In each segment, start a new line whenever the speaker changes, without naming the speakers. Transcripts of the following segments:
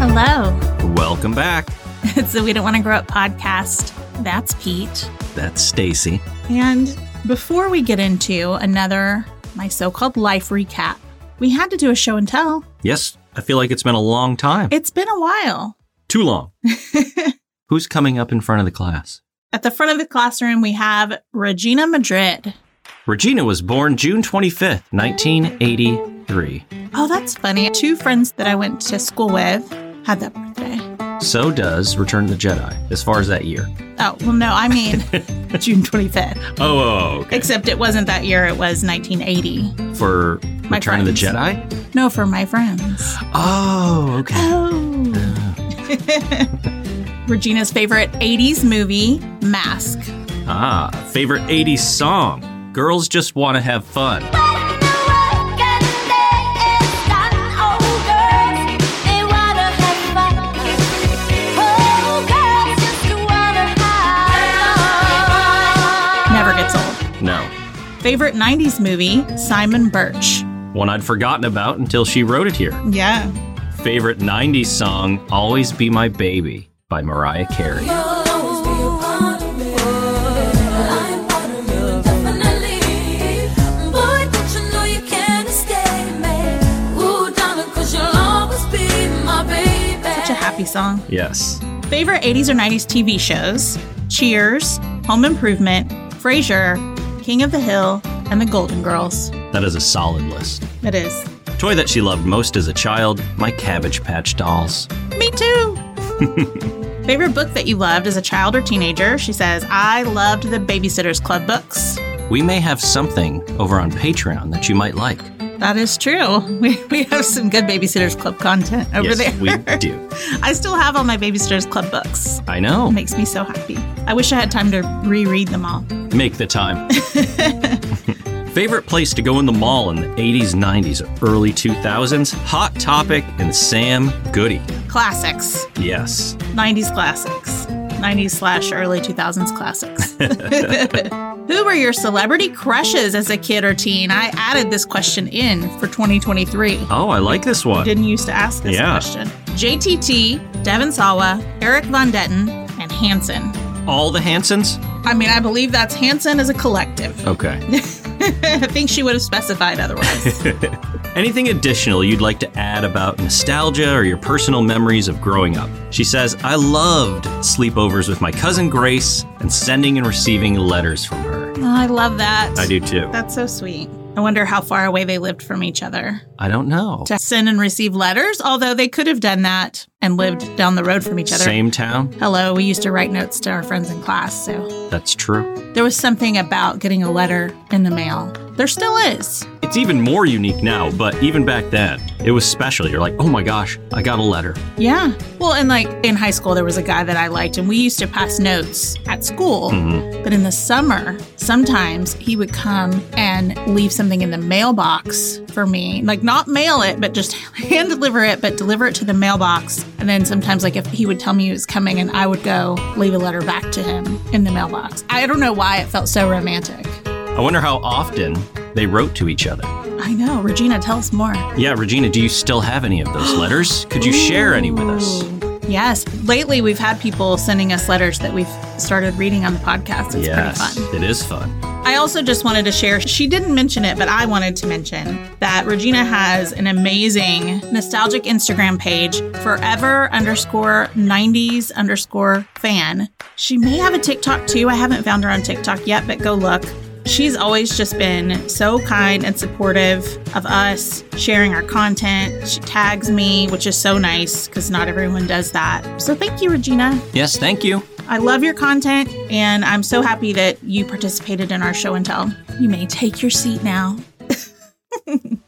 Hello.
Welcome back.
It's the We Don't Want to Grow Up podcast. That's Pete.
That's Stacy.
And before we get into another, my so called life recap, we had to do a show and tell.
Yes, I feel like it's been a long time.
It's been a while.
Too long. Who's coming up in front of the class?
At the front of the classroom, we have Regina Madrid.
Regina was born June 25th, 1983.
Oh, that's funny. Two friends that I went to school with had that birthday.
So does Return of the Jedi, as far as that year.
Oh, well, no, I mean June 25th.
Oh,
Except it wasn't that year, it was 1980.
For
My
Return of the
friends.
Jedi?
No, for my friends.
Oh, okay.
Oh.
Uh,
Regina's favorite 80s movie, Mask.
ah, favorite 80s song. Girls just want to have fun.
Never gets old.
No,
Favorite 90s movie, Simon Birch.
one I'd forgotten about until she wrote it here.
Yeah.
Favorite 90s song, Always Be My Baby by Mariah Carey.
Such a happy song.
Yes.
Favorite 80s or 90s TV shows, Cheers, Home Improvement, Frasier, King of the Hill, and The Golden Girls.
That is a solid list.
It is.
Toy that she loved most as a child, my Cabbage Patch dolls.
Me too. Favorite book that you loved as a child or teenager? She says, I loved the Babysitters Club books.
We may have something over on Patreon that you might like.
That is true. We, we have some good Babysitters Club content over
yes,
there.
we do.
I still have all my Babysitters Club books.
I know.
It makes me so happy. I wish I had time to reread them all.
Make the time. Favorite place to go in the mall in the 80s, 90s, or early 2000s? Hot Topic and Sam Goody.
Classics,
Yes.
90s classics, 90s slash early 2000s classics. Who were your celebrity crushes as a kid or teen? I added this question in for 2023.
Oh, I like this one.
Didn't used to ask this
Yeah.
question. JTT, Devin Sawa, Eric Von Detten, and Hanson.
All the Hansons?
I mean, I believe that's Hanson as a collective.
Okay.
I think she would have specified otherwise.
Anything additional you'd like to add about nostalgia or your personal memories of growing up? She says, I loved sleepovers with my cousin Grace and sending and receiving letters from her.
Oh, I love that.
I do too.
That's so sweet. I wonder how far away they lived from each other
I don't know.
to send and receive letters, although they could have done that and lived down the road from each other.
Same town?
Hello, we used to write notes to our friends in class, so
That's true.
there was something about getting a letter in the mail. There still is.
It's even more unique now, but even back then, it was special. You're like, oh my gosh, I got a letter.
Yeah. Well, and like in high school, there was a guy that I liked, and we used to pass notes at school. But in the summer, sometimes he would come and leave something in the mailbox for me. Like, not mail it, but just hand deliver it, but deliver it to the mailbox. And then sometimes, like, if he would tell me he was coming, and I would go leave a letter back to him in the mailbox. I don't know why it felt so romantic.
I wonder how often they wrote to each other.
I know. Regina, tell us more.
Yeah, Regina, do you still have any of those letters? Could you share any with us?
Ooh. Yes. Lately, we've had people sending us letters that we've started reading on the podcast. It's
yes,
pretty fun.
it is fun.
I also just wanted to share, she didn't mention it, but I wanted to mention that Regina has an amazing nostalgic Instagram page, forever underscore 90s underscore fan. She may have a TikTok too. I haven't found her on TikTok yet, but go look. She's always just been so kind and supportive of us, sharing our content. She tags me, which is so nice because not everyone does that. So thank you, Regina.
Yes, thank you.
I love your content, and I'm so happy that you participated in our show and tell. You may take your seat now. and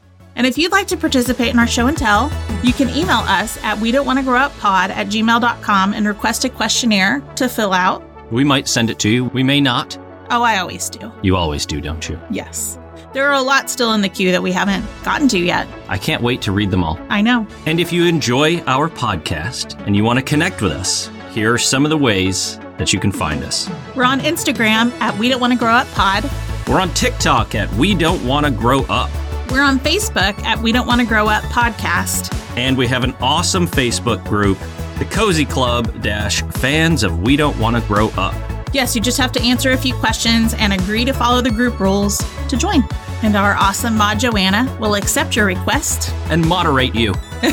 if you'd like to participate in our show and tell, you can email us at we don't want to grow up pod at gmail.com and request a questionnaire to fill out.
We might send it to you. We may not.
Oh, I always do.
You always do, don't you?
Yes. There are a lot still in the queue that we haven't gotten to yet.
I can't wait to read them all.
I know.
And if you enjoy our podcast and you want to connect with us, here are some of the ways that you can find us.
We're on Instagram at we don't want to grow up pod.
We're on TikTok at We Don't Want to Grow Up.
We're on Facebook at we don't want to grow up podcast.
And we have an awesome Facebook group, the Cozy Club dash fans of We Don't Want to Grow Up.
Yes, you just have to answer a few questions and agree to follow the group rules to join. And our awesome mod Joanna will accept your request
And moderate you.
and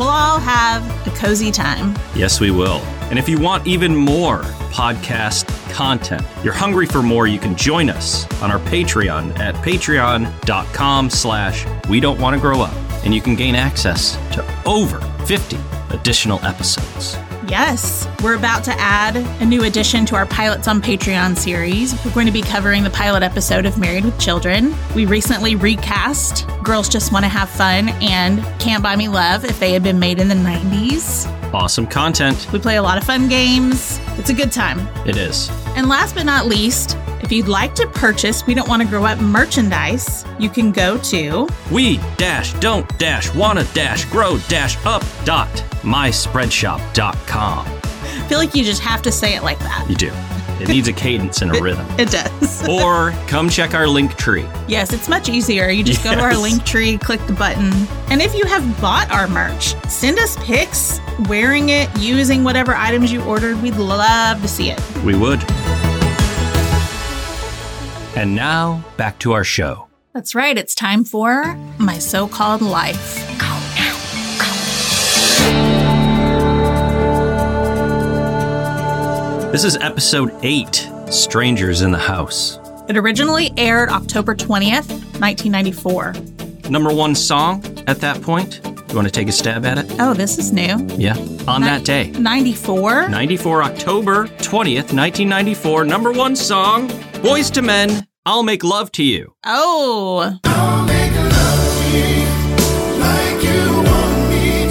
we'll all have a cozy time.
Yes, we will. And if you want even more podcast content, you're hungry for more, you can join us on our Patreon at patreon.com slash we don't want to grow up. And you can gain access to over 50 additional episodes.
Yes, we're about to add a new addition to our Pilots on Patreon series. We're going to be covering the pilot episode of Married with Children. We recently recast Girls Just Want to Have Fun and Can't Buy Me Love if they had been made in the 90s.
Awesome content.
We play a lot of fun games. It's a good time.
It is.
And last but not least, if you'd like to purchase We Don't Want to Grow Up merchandise, you can go to
We dash don't dash wanna dash grow dash up dot myspreadshop.com.
I feel like you just have to say it like that.
You do. It needs a cadence and a rhythm.
It does.
Or come check our link tree.
Yes, it's much easier. You just go to our
Yes.
link tree, click the button. And if you have bought our merch, send us pics wearing it, using whatever items you ordered. We'd love to see it.
We would. And now back to our show.
That's right. It's time for my so called life.
This is episode eight Strangers in the House.
It originally aired October 20th, 1994.
Number one song at that point. You want to take a stab at it?
Oh, this is new.
Yeah. On that day.
94?
94 October 20th, 1994, number one song, Boys to Men, I'll Make Love to You.
Oh,
Like you want me,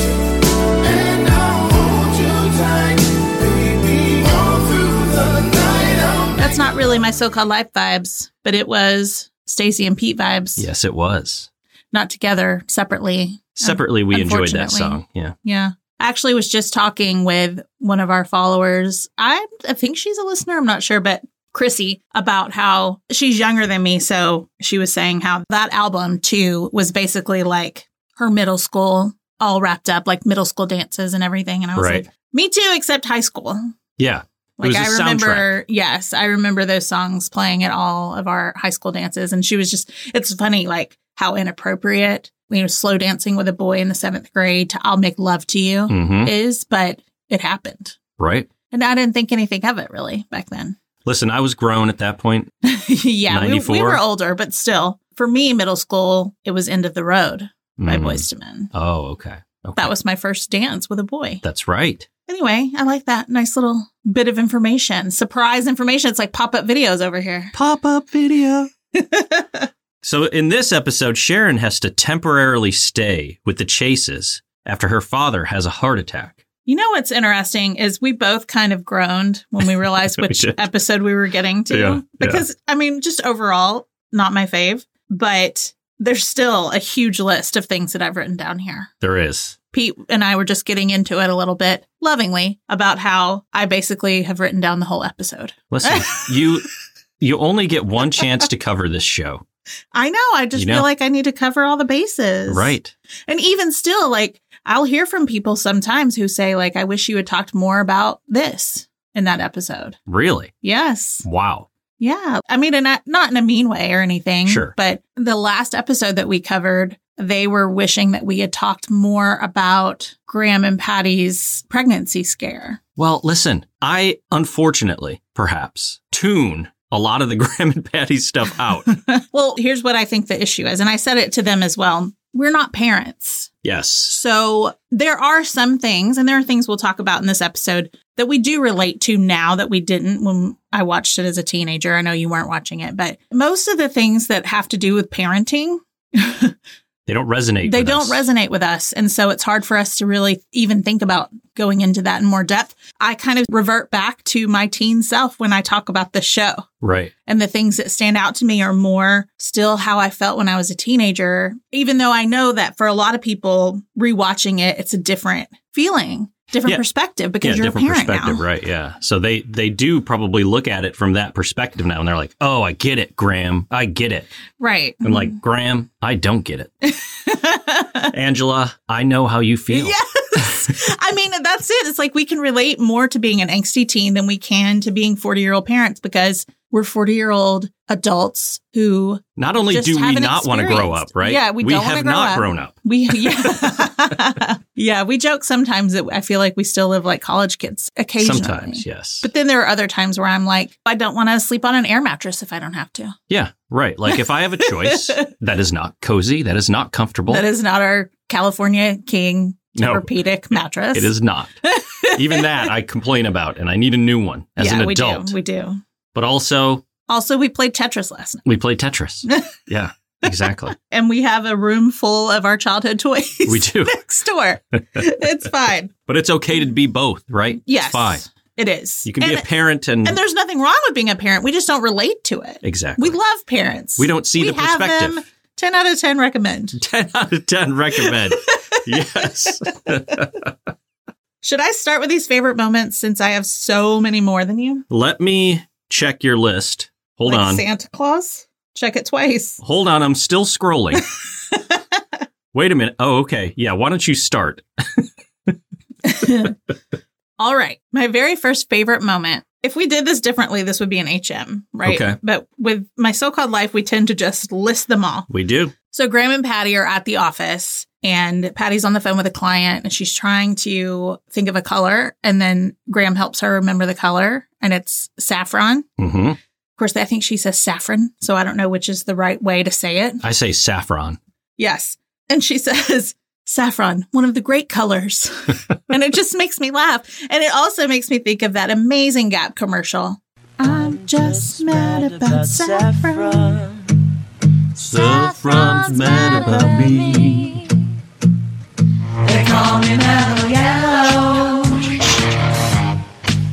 and I'll hold you tight, baby, all through the night. I'll
that's not really my so called life vibes, but it was Stacy and Pete vibes.
Yes, it was.
Not together, separately.
Separately, we enjoyed that
Um, Unfortunately.
song. Yeah.
Yeah. I actually was just talking with one of our followers. I I think she's a listener, I'm not sure, but Chrissy about how she's younger than me, so she was saying how that album too was basically like her middle school all wrapped up, like middle school dances and everything. And I was
Right.
like, Me too, except high school.
Yeah.
Like
was a
I remember, yes, I remember those songs playing at all of our high school dances, and she was just—it's funny, like how inappropriate you know, slow dancing with a boy in the seventh grade to "I'll Make Love to You"
Mm-hmm.
is, but it happened,
Right.
and I didn't think anything of it really back then.
Listen, I was grown at that point.
yeah, we, we
94?
were older, but still, for me, middle school, it was "End of the Road" by
Mm.
Boyz II Men.
Oh, okay. okay.
That was my first dance with a boy.
That's right.
Anyway, I like that nice little bit of information, surprise information. It's like pop-up videos over here.
Pop up video. so, in this episode, Sharon has to temporarily stay with the Chases after her father has a heart attack.
You know what's interesting is we both kind of groaned when we realized
We
which
did.
episode we were getting to.
Yeah, yeah.
because I mean, just overall, not my fave, but there's still a huge list of things that I've written down here.
There is.
Pete and I were just getting into it a little bit lovingly about how I basically have written down the whole episode.
Listen, you you only get one chance to cover this show.
I know. I just
You know.
feel like I need to cover all the bases.
Right.
And even still, like, I'll hear from people sometimes who say, like, I wish you had talked more about this in that episode.
Really?
Yes.
Wow.
Yeah. I mean, and not, not in a mean way or anything.
Sure.
But the last episode that we covered, they were wishing that we had talked more about Graham and Patty's pregnancy scare.
Well, listen, I unfortunately, perhaps, tune a lot of the Graham and Patty stuff out.
Well, here's what I think the issue is. And I said it to them as well. We're not parents.
yes.
So there are some things, and there are things we'll talk about in this episode that we do relate to now that we didn't when I watched it as a teenager. I know you weren't watching it, but most of the things that have to do with parenting
They don't resonate.
they
with
don't
us.
resonate with us and so it's hard for us to really even think about going into that in more depth i kind of revert back to my teen self when i talk about the show
Right.
and the things that stand out to me are more still how i felt when i was a teenager even though i know that for a lot of people rewatching it it's a different feeling different
Yeah.
perspective because
yeah,
you're a
different
parent now.
perspective, right? Yeah. So they they do probably look at it from that perspective now, and they're like, "Oh, I get it, Graham. I get it."
Right.
And like, Graham, I don't get it. Angela, I know how you feel.
Yes. I mean, that's it. It's like we can relate more to being an angsty teen than we can to being 40 year old parents because we're 40 year old adults who
Not only
Just
do we
haven't
not want to grow
experienced.
up, right?
Yeah, we
we
don't wanna
have
grow
not
up.
grown up.
we, yeah. yeah, we joke sometimes that I feel like we still live like college kids occasionally.
Sometimes, yes.
But then there are other times where I'm like, I don't want to sleep on an air mattress if I don't have to.
yeah, right. Like if I have a choice, that is not cozy, that is not comfortable.
That is not our California King
No.
orthopedic mattress.
it is not. Even that I complain about, and I need a new one as
yeah,
an
we
adult.
do. We do.
but also,
Also, we played Tetris last night,
we play Tetris. yeah, exactly.
and we have a room full of our childhood toys.
We do.
next door. it's fine.
But it's okay to be both, right?
Yes,
It's fine.
It is.
You can
and,
be a parent and,
and there's nothing wrong with being a parent. We just don't relate to it.
exactly.
We love parents.
We don't see
We
the
have
perspective.
them. Ten out of ten recommend.
10 out of 10 recommend. yes.
Should I start with these favorite moments since I have so many more than you?
Let me check your list. Hold
like
on.
Santa Claus. Check it twice.
Hold on. I'm still scrolling. Wait a minute. Oh, okay. Yeah. Why don't you start?
All right. My very first favorite moment. If we did this differently, this would be an HM, right?
Okay.
But with my so called life, we tend to just list them all.
We do.
So Graham and Patty are at the office, and Patty's on the phone with a client, and she's trying to think of a color. And then Graham helps her remember the color, and it's saffron. Of
hmm
course, I think she says saffron. So I don't know which is the right way to say it.
I say saffron.
Yes. And she says, Saffron, one of the great colors. and it just makes me laugh. And it also makes me think of that amazing Gap commercial. I'm just mad about saffron.
Saffron's mad about me.
They call me mellow yellow.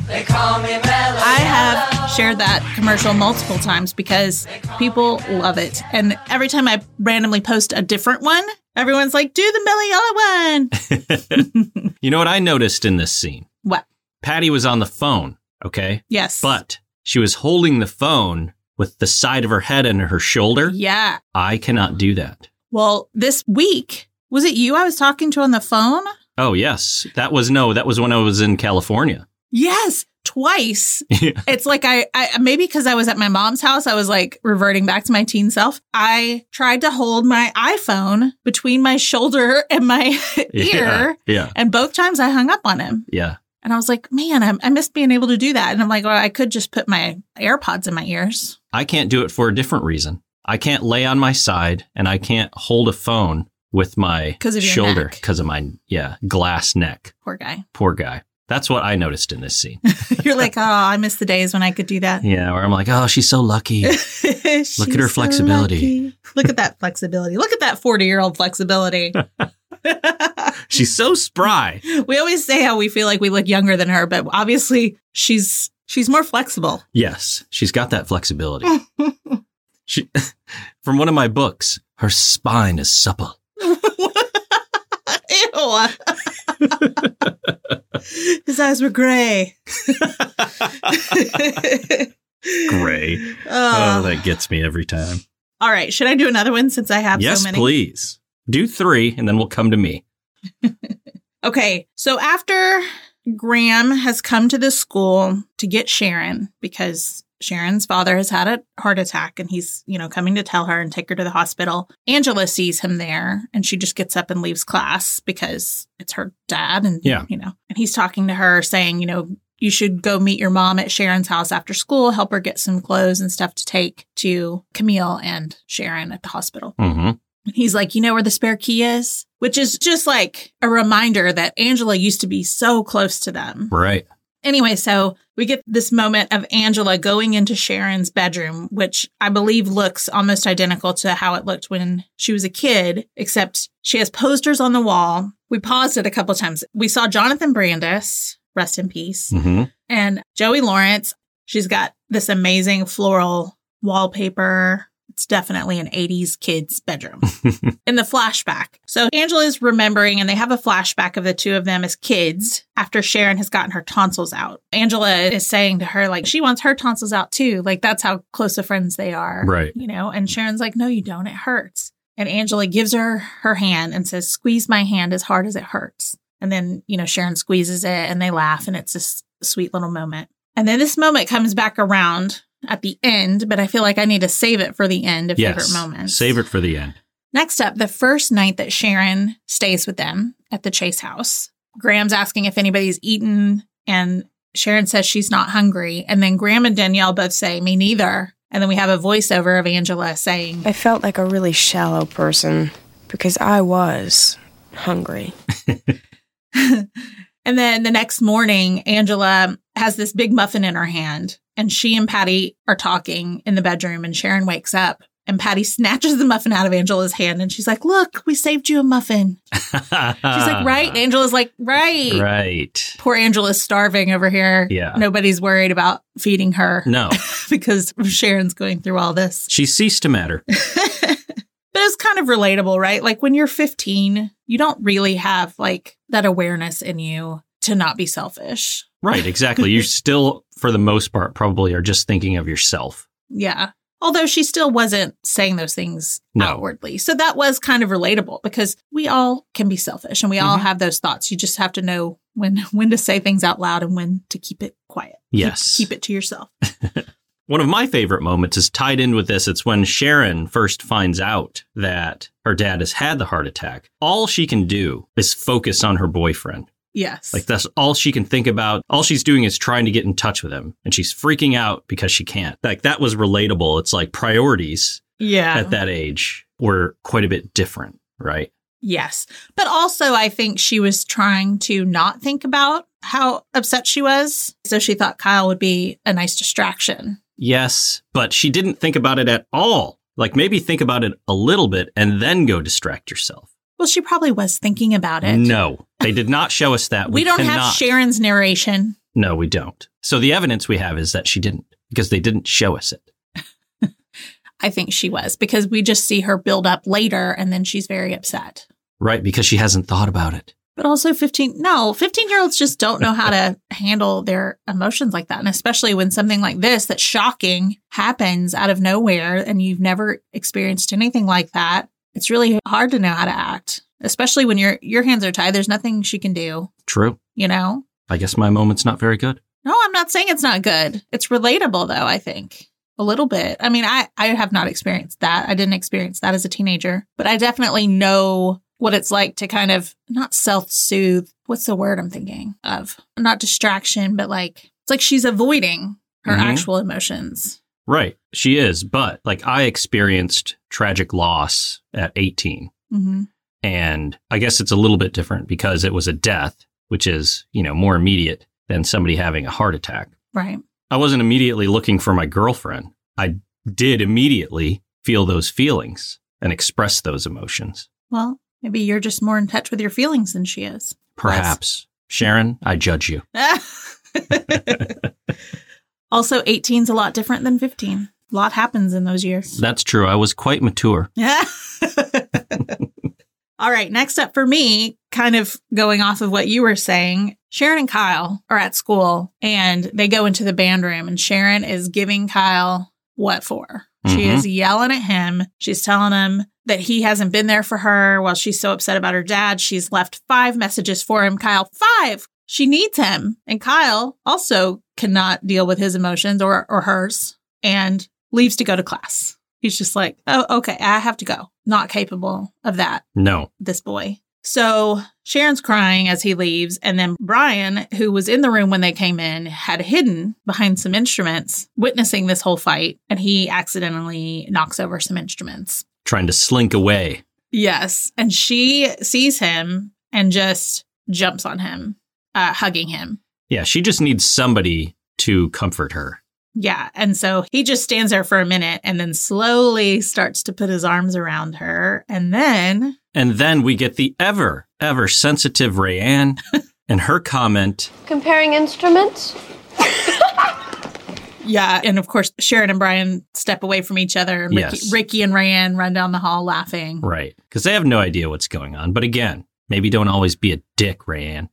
They call me mellow.
I have shared that commercial multiple times because people love it. And every time I randomly post a different one, everyone's like, do the Millie Yellow one.
You know what I noticed in this scene?
what?
Patty was on the phone. Okay.
Yes.
But she was holding the phone with the side of her head and her shoulder.
Yeah.
I cannot do that.
Well, this week, was it you I was talking to on the phone?
Oh, yes. That was no, that was when I was in California.
Yes, twice.
Yeah.
It's like I, I maybe because I was at my mom's house, I was like reverting back to my teen self. I tried to hold my iPhone between my shoulder and my ear,
Yeah.
and both times I hung up on him.
Yeah.
And I was like, man, I, I missed being able to do that. And I'm like, well, I could just put my AirPods in my ears.
I can't do it for a different reason. I can't lay on my side and I can't hold a phone with my
'Cause of your
shoulder
neck.
because of my yeah, glass neck.
Poor guy.
Poor guy. That's what I noticed in this scene.
You're like, oh, I miss the days when I could do that.
yeah, where I'm like, "Oh, she's so lucky."
Look
her flexibility.
Look at that flexibility. Look at that 40 year old flexibility.
she's so spry.
We always say how we feel like we look younger than her, but obviously she's she's more flexible.
Yes, she's got that flexibility. she From one of my books, her spine is supple.
Ew. His eyes were gray.
Gray.
Oh.
Oh, that gets me every time.
All right, should I do another one since I have
yes,
so many?
please. Do 3 and then we'll come to me.
Okay, so after Graham has come to the school to get Sharon because Sharon's father has had a heart attack and he's, you know, coming to tell her and take her to the hospital. Angela sees him there and she just gets up and leaves class because it's her dad and,
Yeah.
you know, and he's talking to her saying, you know, you should go meet your mom at Sharon's house after school, help her get some clothes and stuff to take to Camille and Sharon at the hospital.
Mhm.
He's like, you know where the spare key is? Which is just like a reminder that Angela used to be so close to them.
Right.
Anyway, so we get this moment of Angela going into Sharon's bedroom, which I believe looks almost identical to how it looked when she was a kid, except she has posters on the wall. We paused it a couple times. We saw Jonathan Brandis, rest in peace,
hmm
and Joey Lawrence. She's got this amazing floral wallpaper It's definitely an 80s kid's bedroom in the flashback. So Angela's remembering, and they have a flashback of the two of them as kids after Sharon has gotten her tonsils out. Angela is saying to her, like, she wants her tonsils out too. Like, that's how close of friends they are.
Right.
You know, and Sharon's like, no, you don't. It hurts. And Angela gives her her hand and says, squeeze my hand as hard as it hurts. And then, you know, Sharon squeezes it and they laugh, and it's this sweet little moment. And then this moment comes back around at the end, but I feel like I need to save it for the end of
yes.
favorite moments.
Save it for the end.
Next up, the first night that Sharon stays with them at the Chase house, Graham's asking if anybody's eaten, and Sharon says she's not hungry. And then Graham and Danielle both say, Me neither. And then we have a voiceover of Angela saying,
I felt like a really shallow person because I was hungry.
And then the next morning, Angela has this big muffin in her hand, and she and Patty are talking in the bedroom, and Sharon wakes up. And Patty snatches the muffin out of Angela's hand and she's like, Look, we saved you a muffin.
She's
She's like, Right? And Angela's like,
Ah. Right.
poor Angela's starving over here.
Yeah. Mm.
Nobody's worried about feeding her
No,
because Sharon's going through all this.
she ceased to matter.
But it's kind of relatable, right? Like when you're 15, you don't really have like that awareness in you to not be selfish.
Right, exactly. You still, for the most part, probably are just thinking of yourself.
Yeah. Although she still wasn't saying those things
No.
outwardly. So that was kind of relatable because we all can be selfish and we all
Mm-hmm.
have those thoughts. You just have to know when when to say things out loud and when to keep it quiet. Keep-
Yes.
Keep, it to yourself.
One of my favorite moments is tied in with this. It's when Sharon first finds out that her dad has had the heart attack. All she can do is focus on her boyfriend.
Yes.
Like, that's all she can think about. All she's doing is trying to get in touch with him, and she's freaking out because she can't. Like, that was relatable. It's like priorities
yeah.
at that age were quite a bit different, right?
Yes. But also, I think she was trying to not think about how upset she was. So she thought Kyle would be a nice distraction.
Yes, but she didn't think about it at all. Like maybe think about it a little bit and then go distract yourself.
Well, she probably was thinking about it.
No, they did not show us that.
We, don't have
cannot-
Sharon's narration.
No, we don't. So the evidence we have is that she didn't because they didn't show us it.
I think she was because we just see her build up later and then she's very upset.
Right, because she hasn't thought about it.
But also 15 no, 15 year olds just don't know how to handle their emotions like that. And especially when something like this that's shocking happens out of nowhere and you've never experienced anything like that, it's really hard to know how to act. Especially when your your hands are tied. There's nothing she can do,
True.
you know?
I guess my moment's not very good.
No, I'm not saying it's not good. It's relatable though, I think. A little bit. I mean, I, I have not experienced that. I didn't experience that as a teenager, but I definitely know what it's like to kind of not self soothe. What's the word I'm thinking of? Not distraction, but like, it's like she's avoiding her
Mhm.
actual emotions.
Right, she is. But like I experienced tragic loss at 18.
Mm-hmm.
And I guess it's a little bit different because it was a death, which is, you know, more immediate than somebody having a heart attack.
Right.
I wasn't immediately looking for my girlfriend. I did immediately feel those feelings and express those emotions.
Well, maybe you're just more in touch with your feelings than she is.
Perhaps. Sharon, I judge you.
also, 18 is a lot different than 15. A lot happens in those years.
That's true. I was quite mature.
Yeah. All right. Next up for me, kind of going off of what you were saying, Sharon and Kyle are at school and they go into the band room, and Sharon is giving Kyle what for? She
Mhm.
is yelling at him. She's telling him that he hasn't been there for her while she's so upset about her dad. She's left five messages for him, Kyle. Five. She needs him. And Kyle also cannot deal with his emotions or, or hers and leaves to go to class. He's just like, oh, okay, I have to go. Not capable of that
No.
this boy. So Sharon's crying as he leaves. And then Brian, who was in the room when they came in, had hidden behind some instruments, witnessing this whole fight. And he accidentally knocks over some instruments.
Trying to slink away.
Yes. And she sees him and just jumps on him, uh, hugging him.
Yeah, she just needs somebody to comfort her.
Yeah. And so he just stands there for a minute and then slowly starts to put his arms around her. And then,
And then we get the ever, ever sensitive Rayanne and her comment
Comparing instruments?
Yeah. And of course, Sharon and Brian step away from each other. And Ricky,
Yes.
Ricky and Ryan run down the hall laughing.
Right. Because they have no idea what's going on. But again, maybe don't always be a dick, Rayanne.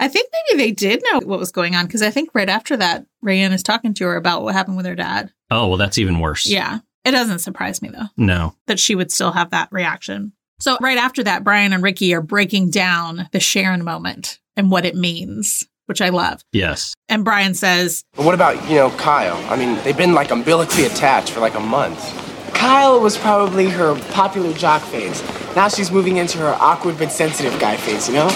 I think maybe they did know what was going on because I think right after that, Rayanne is talking to her about what happened with her dad.
Oh, well, that's even worse.
Yeah. It doesn't surprise me though
No.
that she would still have that reaction. So, right after that, Brian and Ricky are breaking down the Sharon moment and what it means, which I love.
Yes.
And Brian says,
But what about, you know, Kyle? I mean, they've been like umbilically attached for like a month.
Kyle was probably her popular jock phase. Now she's moving into her awkward but sensitive guy phase, you know?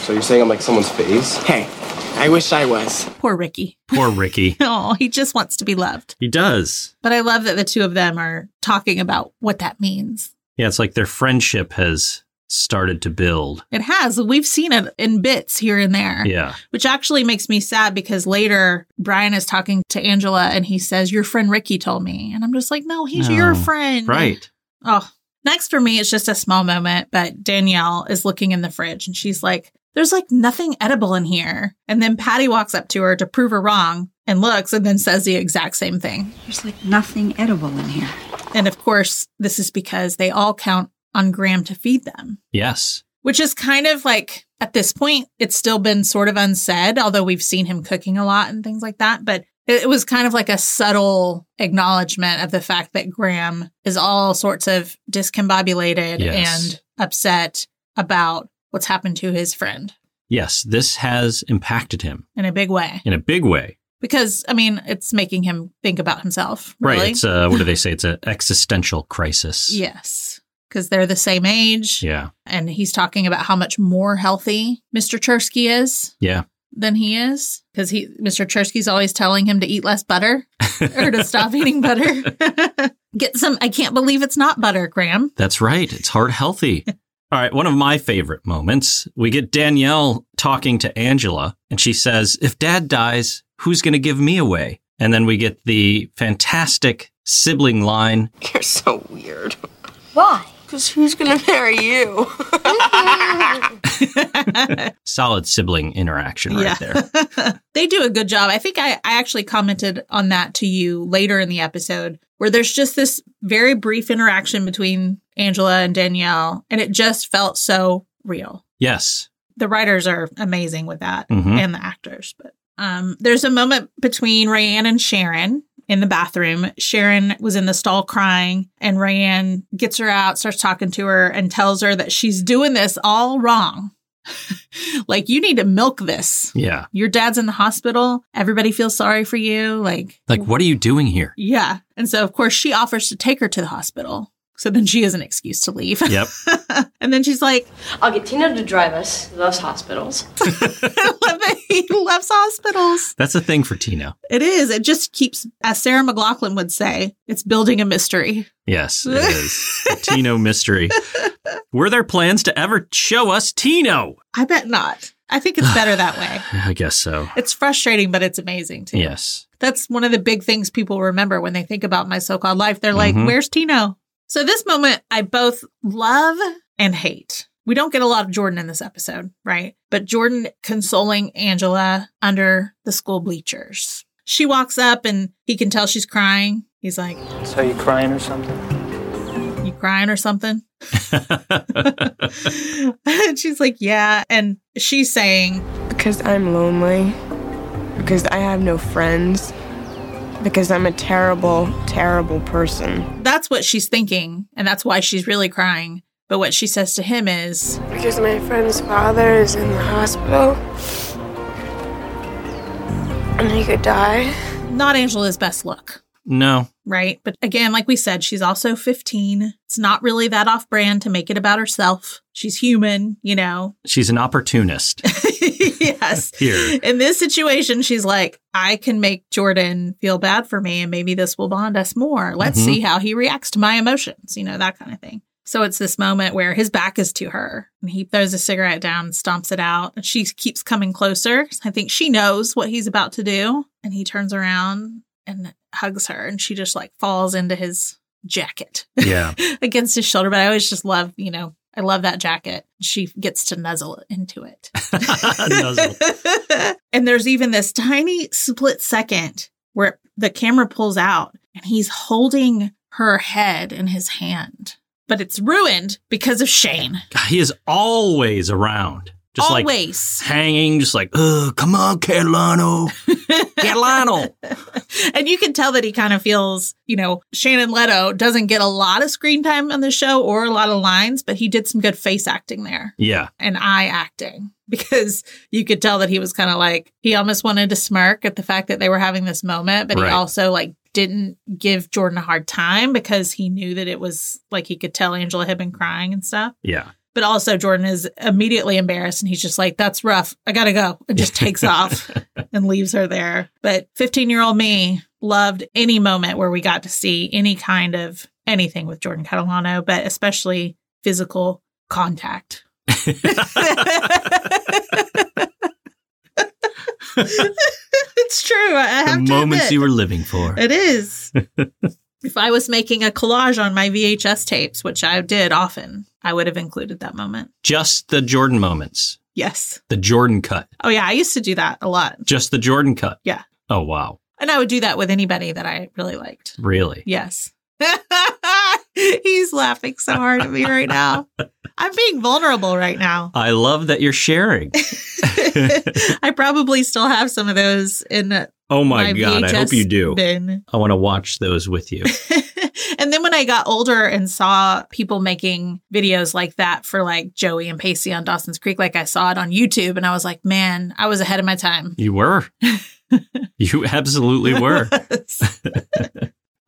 So you're saying I'm like someone's face?
Hey, I wish I was.
Poor Ricky.
Poor Ricky.
Oh, he just wants to be loved.
he does.
But I love that the two of them are talking about what that means.
Yeah, it's like their friendship has started to build.
It has. We've seen it in bits here and there.
Yeah.
Which actually makes me sad because later Brian is talking to Angela and he says, Your friend Ricky told me. And I'm just like, No, he's
No.
your friend.
Right.
Oh. Next for me, it's just a small moment, but Danielle is looking in the fridge and she's like, There's like nothing edible in here. And then Patty walks up to her to prove her wrong and looks and then says the exact same thing.
There's like nothing edible in here.
And of course, this is because they all count on Graham to feed them.
Yes.
which is kind of like at this point, it's still been sort of unsaid, although we've seen him cooking a lot and things like that. But it, it was kind of like a subtle acknowledgement of the fact that Graham is all sorts of discombobulated
Yes.
and upset about what's happened to his friend
Yes. This has impacted him
in a big way.
in a big way.
Because, I mean, it's making him think about himself. Really.
Right. It's uh what do they say? It's an existential crisis.
yes. Because they're the same age.
Yeah.
And he's talking about how much more healthy Mr. Chersky is.
Yeah.
than he is because he Mr. Chersky's always telling him to eat less butter or to stop eating butter. Get some. I can't believe it's not butter, Graham.
That's right. It's heart healthy. All right. One of my favorite moments we get Danielle talking to Angela, and she says, If dad dies, who's going to give me away? And then we get the fantastic sibling line
You're so weird.
Why?
Because who's gonna marry you?
solid sibling interaction right there.
they do a good job. I think I, I actually commented on that to you later in the episode where there's just this very brief interaction between Angela and Danielle, and it just felt so real.
Yes.
The writers are amazing with that
Mhm.
and the actors, but um, there's a moment between Rayanne and Sharon in the bathroom. Sharon was in the stall crying, and Rayanne gets her out, starts talking to her, and tells her that she's doing this all wrong. like, you need to milk this.
Yeah.
Your dad's in the hospital. Everybody feels sorry for you. Like,
Like, what are you doing here?
yeah. And so, of course, she offers to take her to the hospital. So then she has an excuse to leave.
Yep.
and then she's like,
I'll get Tina to drive us. Loves hospitals.
I love that he loves hospitals.
That's a thing for Tina.
It is. It just keeps, as Sarah McLaughlin would say, it's building a mystery.
Yes, it is. A Tino mystery. Were there plans to ever show us Tino?
I bet not. I think it's better that way.
I guess so.
It's frustrating, but it's amazing too.
Yes.
That's one of the big things people remember when they think about my so called life. They're like,
Mhm.
where's Tino? So, this moment I both love and hate. We don't get a lot of Jordan in this episode, right? But Jordan consoling Angela under the school bleachers. She walks up and he can tell she's crying. He's like,
So you crying or something?
You crying or something? and she's like, Yeah. And she's saying,
Because I'm lonely. Because I have no friends. Because I'm a terrible, terrible person.
That's what she's thinking. And that's why she's really crying. But what she says to him is,
Because my friend's father is in the hospital. And he could die.
Not Angela's best look,
No.
right? But again, like we said, she's also 15. It's not really that off brand to make it about herself. She's human, you know?
She's an opportunist.
yes.
Here.
In this situation, she's like, I can make Jordan feel bad for me, and maybe this will bond us more. Let's
Mhm.
see how he reacts to my emotions, you know, that kind of thing. So it's this moment where his back is to her and he throws a cigarette down, stomps it out, and she keeps coming closer. I think she knows what he's about to do. And he turns around and hugs her, and she just like falls into his jacket
Yeah.
against his shoulder. But I always just love, you know, I love that jacket. She gets to nuzzle into it.
Nuzzle.
and there's even this tiny split second where the camera pulls out and he's holding her head in his hand. But it's ruined because of Shane.
God, he is always around. Just like
Always.
hanging, just like, oh, come on, Catalano. Catalano.
and you can tell that he kind of feels, you know, Shannon Leto doesn't get a lot of screen time on the show or a lot of lines, but he did some good face acting there
Yeah.
and eye acting because you could tell that he was kind of like, he almost wanted to smirk at the fact that they were having this moment, but
Right.
he also like, didn't give Jordan a hard time because he knew that it was like he could tell Angela had been crying and stuff.
Yeah.
But also, Jordan is immediately embarrassed and he's just like, that's rough. I gotta go. And just takes off and leaves her there. But 15 year old me loved any moment where we got to see any kind of anything with Jordan Catalano, but especially physical contact. it's true. I have
The
to
moments
admit.
you were living for.
It is. if I was making a collage on my VHS tapes, which I did often, I would have included that moment.
Just the Jordan moments.
Yes.
The Jordan cut.
Oh, yeah. I used to do that a lot.
Just the Jordan cut.
Yeah.
Oh, wow.
And I would do that with anybody that I really liked.
Really?
Yes. He's laughing so hard at me right now. I'm being vulnerable right now.
I love that you're sharing.
I probably still have some of those in my,
Oh, my,
my
God. I hope
VHS
you do.
bin.
I want to watch those with you.
and then when I got older and saw people making videos like that for like Joey and Pacey on Dawson's Creek, like I saw it on YouTube and I was like, man, I was ahead of my time.
You were. you absolutely were.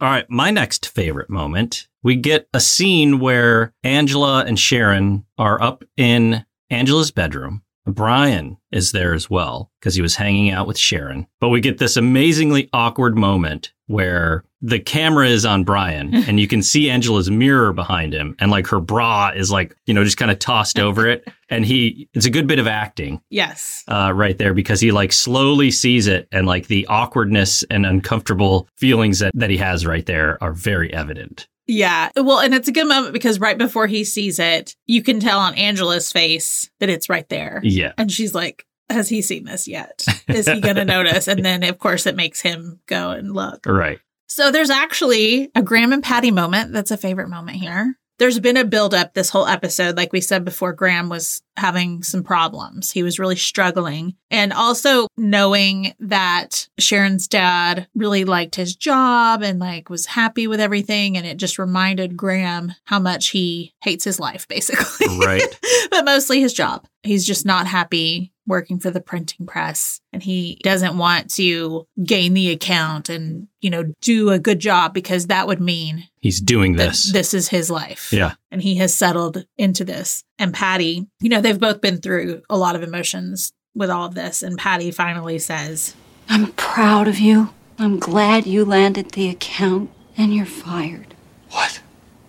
All right, my next favorite moment. We get a scene where Angela and Sharon are up in Angela's bedroom. Brian is there as well because he was hanging out with Sharon. But we get this amazingly awkward moment where the camera is on Brian and you can see Angela's mirror behind him and like her bra is like, you know, just kind of tossed over it. And he, it's a good bit of acting
yes.
uh, right there because he like slowly sees it and like the awkwardness and uncomfortable feelings that, that he has right there are very evident.
Yeah. Well, and it's a good moment because right before he sees it, you can tell on Angela's face that it's right there.
Yeah.
And she's like, has he seen this yet? Is he going to notice? And then, of course, it makes him go and look.
Right.
So there's actually a Graham and Patty moment that's a favorite moment here. There's been a buildup this whole episode. Like we said before, Graham was having some problems. He was really struggling. And also knowing that Sharon's dad really liked his job and like was happy with everything. And it just reminded Graham how much he hates his life, basically.
Right.
but mostly his job. He's just not happy working for the printing press and he doesn't want to gain the account and, you know, do a good job because that would mean
He's doing
that
this.
this is his life.
Yeah.
And he has settled into this. And Patty, you know, they've both been through a lot of emotions with all of this. And Patty finally says,
I'm proud of you. I'm glad you landed the account and you're fired.
What?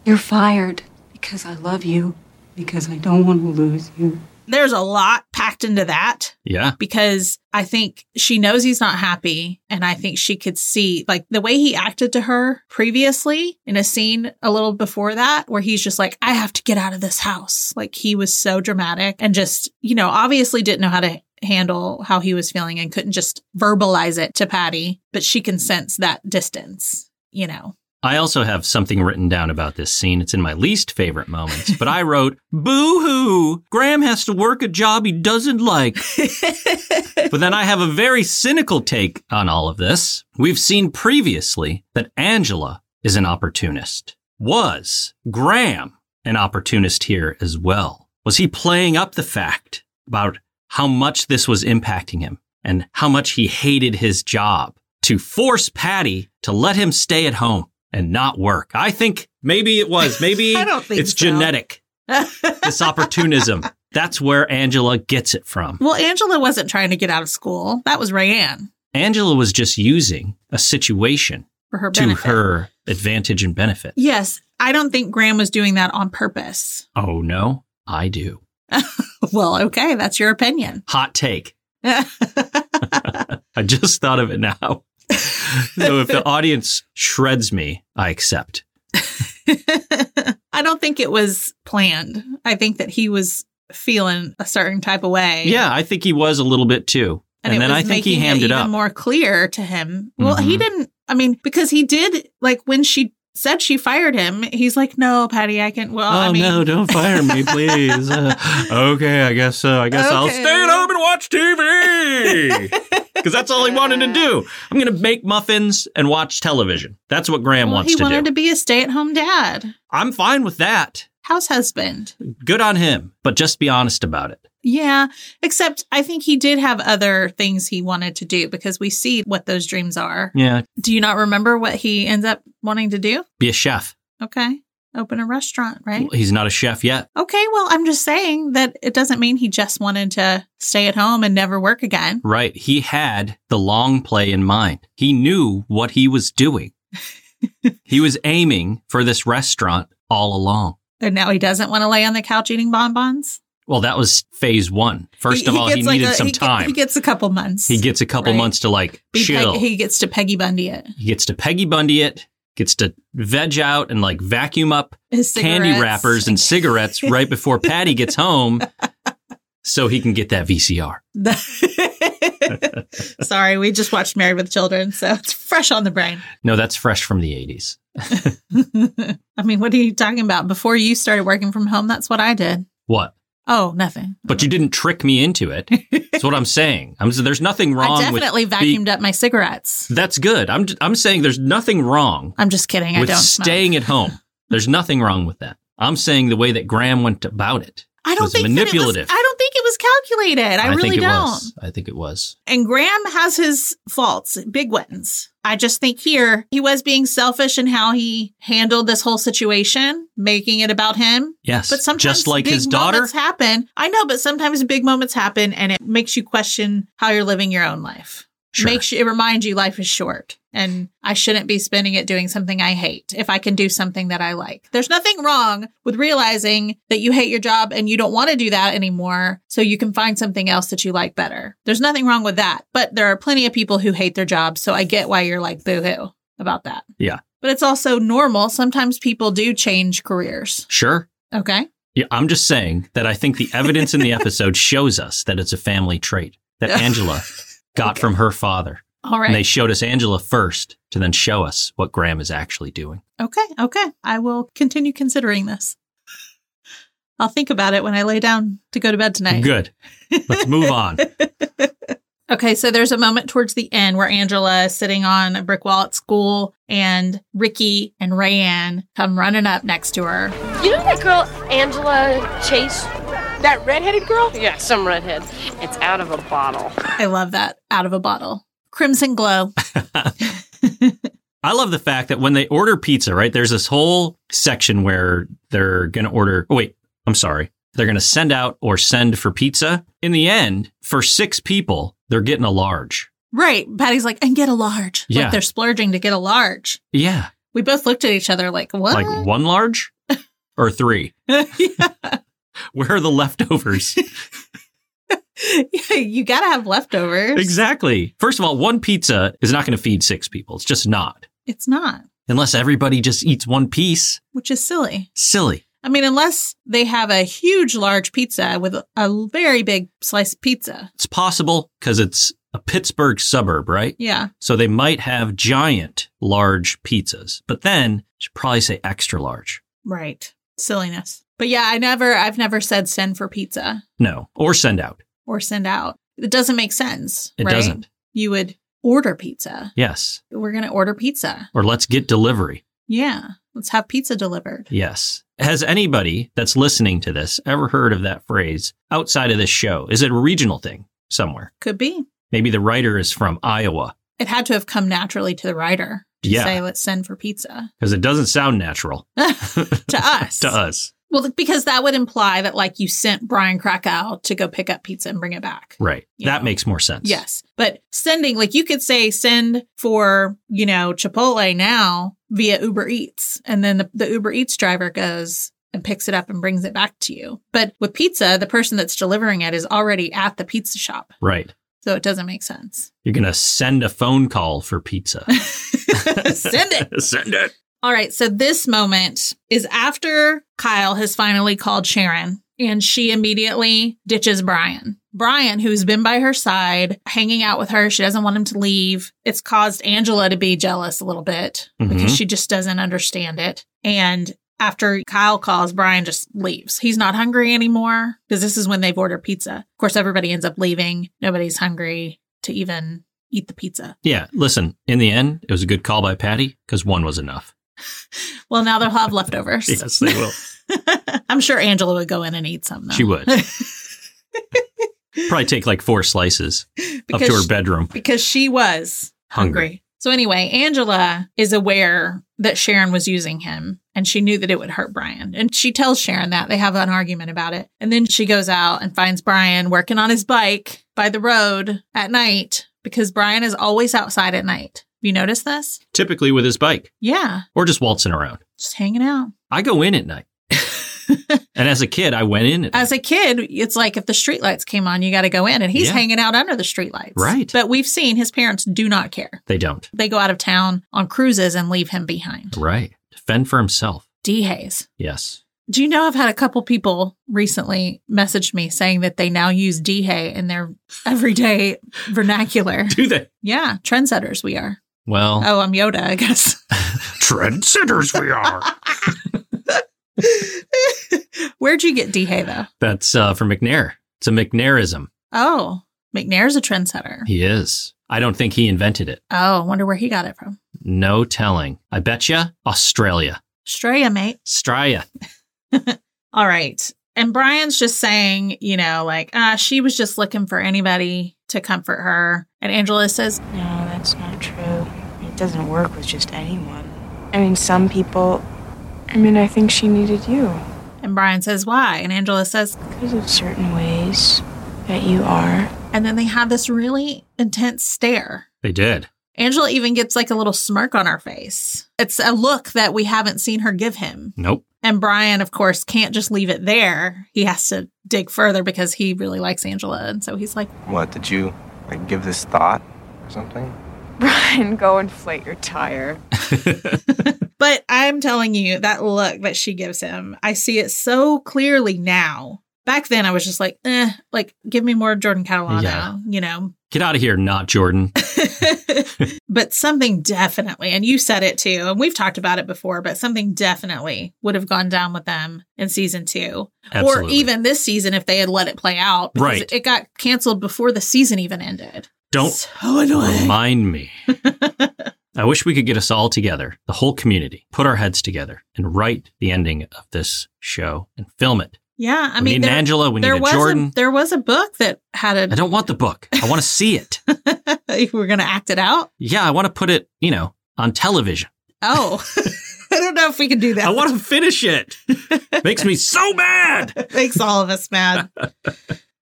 You're fired because I love you, because I don't want to lose you.
there's a lot packed into that.
Yeah.
because I think she knows he's not happy. And I think she could see, like, the way he acted to her previously in a scene a little before that, where he's just like, I have to get out of this house. Like, he was so dramatic and just, you know, obviously didn't know how to handle how he was feeling and couldn't just verbalize it to Patty, but she can sense that distance, you know.
I also have something written down about this scene. It's in my least favorite moments, but I wrote, boo hoo, Graham has to work a job he doesn't like. but then I have a very cynical take on all of this. We've seen previously that Angela is an opportunist. Was Graham an opportunist here as well? Was he playing up the fact about how much this was impacting him and how much he hated his job to force Patty to let him stay at home and not work? I think maybe it was. Maybe
I don't think
it's
so.
genetic. this opportunism. That's where Angela gets it from.
Well, Angela wasn't trying to get out of school. That was Rayanne
Angela was just using a situation
for her
to
benefit.
her advantage and benefit.
Yes. I don't think Graham was doing that on purpose.
Oh no, I do.
Well, okay, that's your opinion.
Hot take. I just thought of it now. so if the audience shreds me, I accept.
I don't think it was planned. I think that he was feeling a certain type of way.
Yeah, I think he was a little bit too. And,
it
then
was
I think he
making
hammed it,
even
up.
more clear to him. Well, he
Mhm.
didn't. I mean, because he did like when she said she fired him, he's like, "No, Patty, I can." Well,
oh
I mean,
no, don't fire me, please. Uh, okay, I guess so. I guess I'll
Okay.
stay at home and watch TV. Because that's all he wanted to do. I'm going to bake muffins and watch television. That's what Graham
Well,
wants
he
to do.
wanted to be a stay-at-home dad,
I'm fine with that.
house husband.
Good on him. But just be honest about it.
Yeah, except I think he did have other things he wanted to do because we see what those dreams are.
Yeah,
Do you not remember what he ends up wanting to do?
be a chef.
Okay. Open a restaurant, right?
He's not a chef yet.
Okay, well, I'm just saying that it doesn't mean he just wanted to stay at home and never work again.
Right. He had the long play in mind. He knew what he was doing. he was aiming for this restaurant all along.
And now he doesn't want to lay on the couch eating bonbons.
Well, that was phase one. First of all, he
gets like
needed
a-
some
he ge-
time.
He gets a couple months.
He gets a couple
Right.
months to like
He peg-
chill.
he gets to Peggy Bundy it.
he gets to Peggy Bundy it, gets to veg out and like vacuum up
His cigarettes.
candy wrappers and cigarettes right before Patty gets home so he can get that VCR.
Sorry, we just watched Married with Children, so it's fresh on the brain.
No, that's fresh from the 80s.
I mean, what are you talking about? Before you started working from home, that's what I did.
What?
Oh, nothing.
But you didn't trick me into it. That's what I'm saying. I'm there's nothing wrong
I definitely
with be-
vacuumed up my cigarettes.
That's good. I'm I'm saying there's nothing wrong
I'm just kidding. I
with
don't
staying
smoke.
at home. There's nothing wrong with that. I'm saying the way that Graham went about it.
I don't
was
think That it
manipulative.
was, I don't think it was calculated. I, really
think it
don't.
was. I think it was.
And Graham has his faults, big ones. I just think here he was being selfish in how he handled this whole situation, making it about him.
Yes.
But sometimes
just like
big
his daughter,
moments happen. I know, but sometimes big moments happen, and it makes you question how you're living your own life.
Sure.
Makes you, it reminds you life is short, and I shouldn't be spending it doing something I hate if I can do something that I like. There's nothing wrong with realizing that you hate your job and you don't want to do that anymore, so you can find something else that you like better. There's nothing wrong with that, but there are plenty of people who hate their job, so I get why you're like boohoo about that.
Yeah.
But it's also normal. Sometimes people do change careers.
sure.
Okay.
Yeah, I'm just saying that I think the evidence in the episode shows us that it's a family trait that Angela got from her father.
All right.
And they showed us Angela first to then show us what Graham is actually doing.
Okay, okay. I will continue considering this. I'll think about it when I lay down to go to bed tonight.
Good. Let's move on.
Okay, so there's a moment towards the end where Angela is sitting on a brick wall at school and Ricky and Rayanne come running up next to her.
You know that girl, Angela Chase? That redheaded girl? Yeah, some redhead. It's out of a bottle.
I love that out of a bottle. Crimson glow.
I love the fact that when they order pizza, right, there's this whole section where they're going to order. Oh, wait, I'm sorry. They're going to send out or send for pizza. In the end, for six people, they're getting a large.
right. Patty's like, and get a large.
Yeah.
Like they're splurging to get a large.
Yeah.
We both looked at each other like, what?
Like one large or three. Where are the leftovers?
you got to have leftovers.
exactly. First of all, one pizza is not going to feed six people. It's just not.
It's not,
Unless everybody just eats one piece.
which is silly.
Silly.
I mean, unless they have a huge, large pizza with a very big slice of pizza.
It's possible because it's a Pittsburgh suburb, right?
Yeah.
So they might have giant, large pizzas, but then you should probably say extra large.
Right. Silliness. But yeah, I never, I've never said send for pizza
No, or send out.
or send out. It doesn't make sense.
It
right?
doesn't.
You would order pizza.
Yes.
We're going to order pizza.
Or let's get delivery.
Yeah. Let's have pizza delivered.
Yes. Has anybody that's listening to this ever heard of that phrase outside of this show? Is it a regional thing somewhere?
Could be.
Maybe the writer is from Iowa
It had to have come naturally to the writer to
Yeah.
say, let's send for pizza
because it doesn't sound natural
to us.
to us.
Well, because that would imply that, like, you sent Brian Krakow to go pick up pizza and bring it back.
Right.
You
that
know.
makes more sense.
Yes. But sending, like you could say send for, you know, Chipotle now via Uber Eats. And then the, the Uber Eats driver goes and picks it up and brings it back to you. But with pizza, the person that's delivering it is already at the pizza shop.
Right.
So it doesn't make sense.
You're going to send a phone call for pizza.
send it.
send it.
All right, so this moment is after Kyle has finally called Sharon and she immediately ditches Brian. Brian, who's been by her side, hanging out with her, she doesn't want him to leave. It's caused Angela to be jealous a little bit because
Mhm.
she just doesn't understand it. And after Kyle calls, Brian just leaves. He's not hungry anymore because this is when they've ordered pizza. Of course, everybody ends up leaving. Nobody's hungry to even eat the pizza.
Yeah, listen, in the end, it was a good call by Patty because one was enough.
Well, now they'll have leftovers.
Yes, they will.
I'm sure Angela would go in and eat some. Though.
She would. Probably take like four slices up to
Because
her
she-
bedroom.
because she was hungry.
Hungry.
So anyway, Angela is aware that Sharon was using him and she knew that it would hurt Brian. And she tells Sharon that they have an argument about it. And then she goes out and finds Brian working on his bike by the road at night because Brian is always outside at night. You notice this?
Typically with his bike
Yeah,
or just waltzing around.
just hanging out.
I go in at night. and as a kid, I went in. At night.
As a kid, it's like if the streetlights came on, you got to go in and he's
Yeah.
hanging out under the streetlights.
Right.
But we've seen his parents do not care.
They don't.
They go out of town on cruises and leave him behind.
Right. To fend for himself.
D. Hayes.
Yes.
Do you know I've had a couple people recently message me saying that they now use D. Hay in their everyday vernacular?
Do they?
Yeah, trendsetters we are.
Well,
Oh, I'm Yoda, I guess.
trendsetters we are.
Where'd you get D. Hay though?
That's uh, for McNair. It's a McNairism.
Oh, McNair's a trendsetter.
He is. I don't think he invented it.
Oh, I wonder where he got it from.
No telling. I betcha Australia.
Straya, eh, mate.
Australia.
All right. And Brian's just saying, you know, like, ah, she was just looking for anybody to comfort her. And Angela says,
No, that's not true. It doesn't work with just anyone. I mean, some people. I mean, I think she needed you
and Brian says, why? And Angela says,
because of certain ways that you are.
and then they have this really intense stare.
They did.
Angela even gets like a little smirk on her face. It's a look that we haven't seen her give him.
Nope.
And Brian, of course, can't just leave it there. He has to dig further because he really likes Angela. And so he's like,
What, did you like give this thought or something?
Brian, go inflate your tire.
But I'm telling you, that look that she gives him, I see it so clearly now. Back then, I was just like, eh, like, give me more Jordan Catalano,
Yeah.
you know?
Get out of here, not Jordan.
but something definitely, and you said it too, and we've talked about it before, but something definitely would have gone down with them in season two. Or
Absolutely.
even this season if they had let it play out. because
Right.
It got canceled before the season even ended.
Don't
So annoying.
remind me. I wish we could get us all together, the whole community, put our heads together and write the ending of this show and film it.
Yeah. I
we
mean,
need an
there-
Angela. We need
there
a
was
Jordan.
a there was a book that had
I
a
don't want the book. I want to see it.
if we're gonna act it out.
Yeah, I want to put it, you know, on television.
Oh, I don't know if we can do that.
I want to finish it. Makes me so mad.
It makes all of us mad.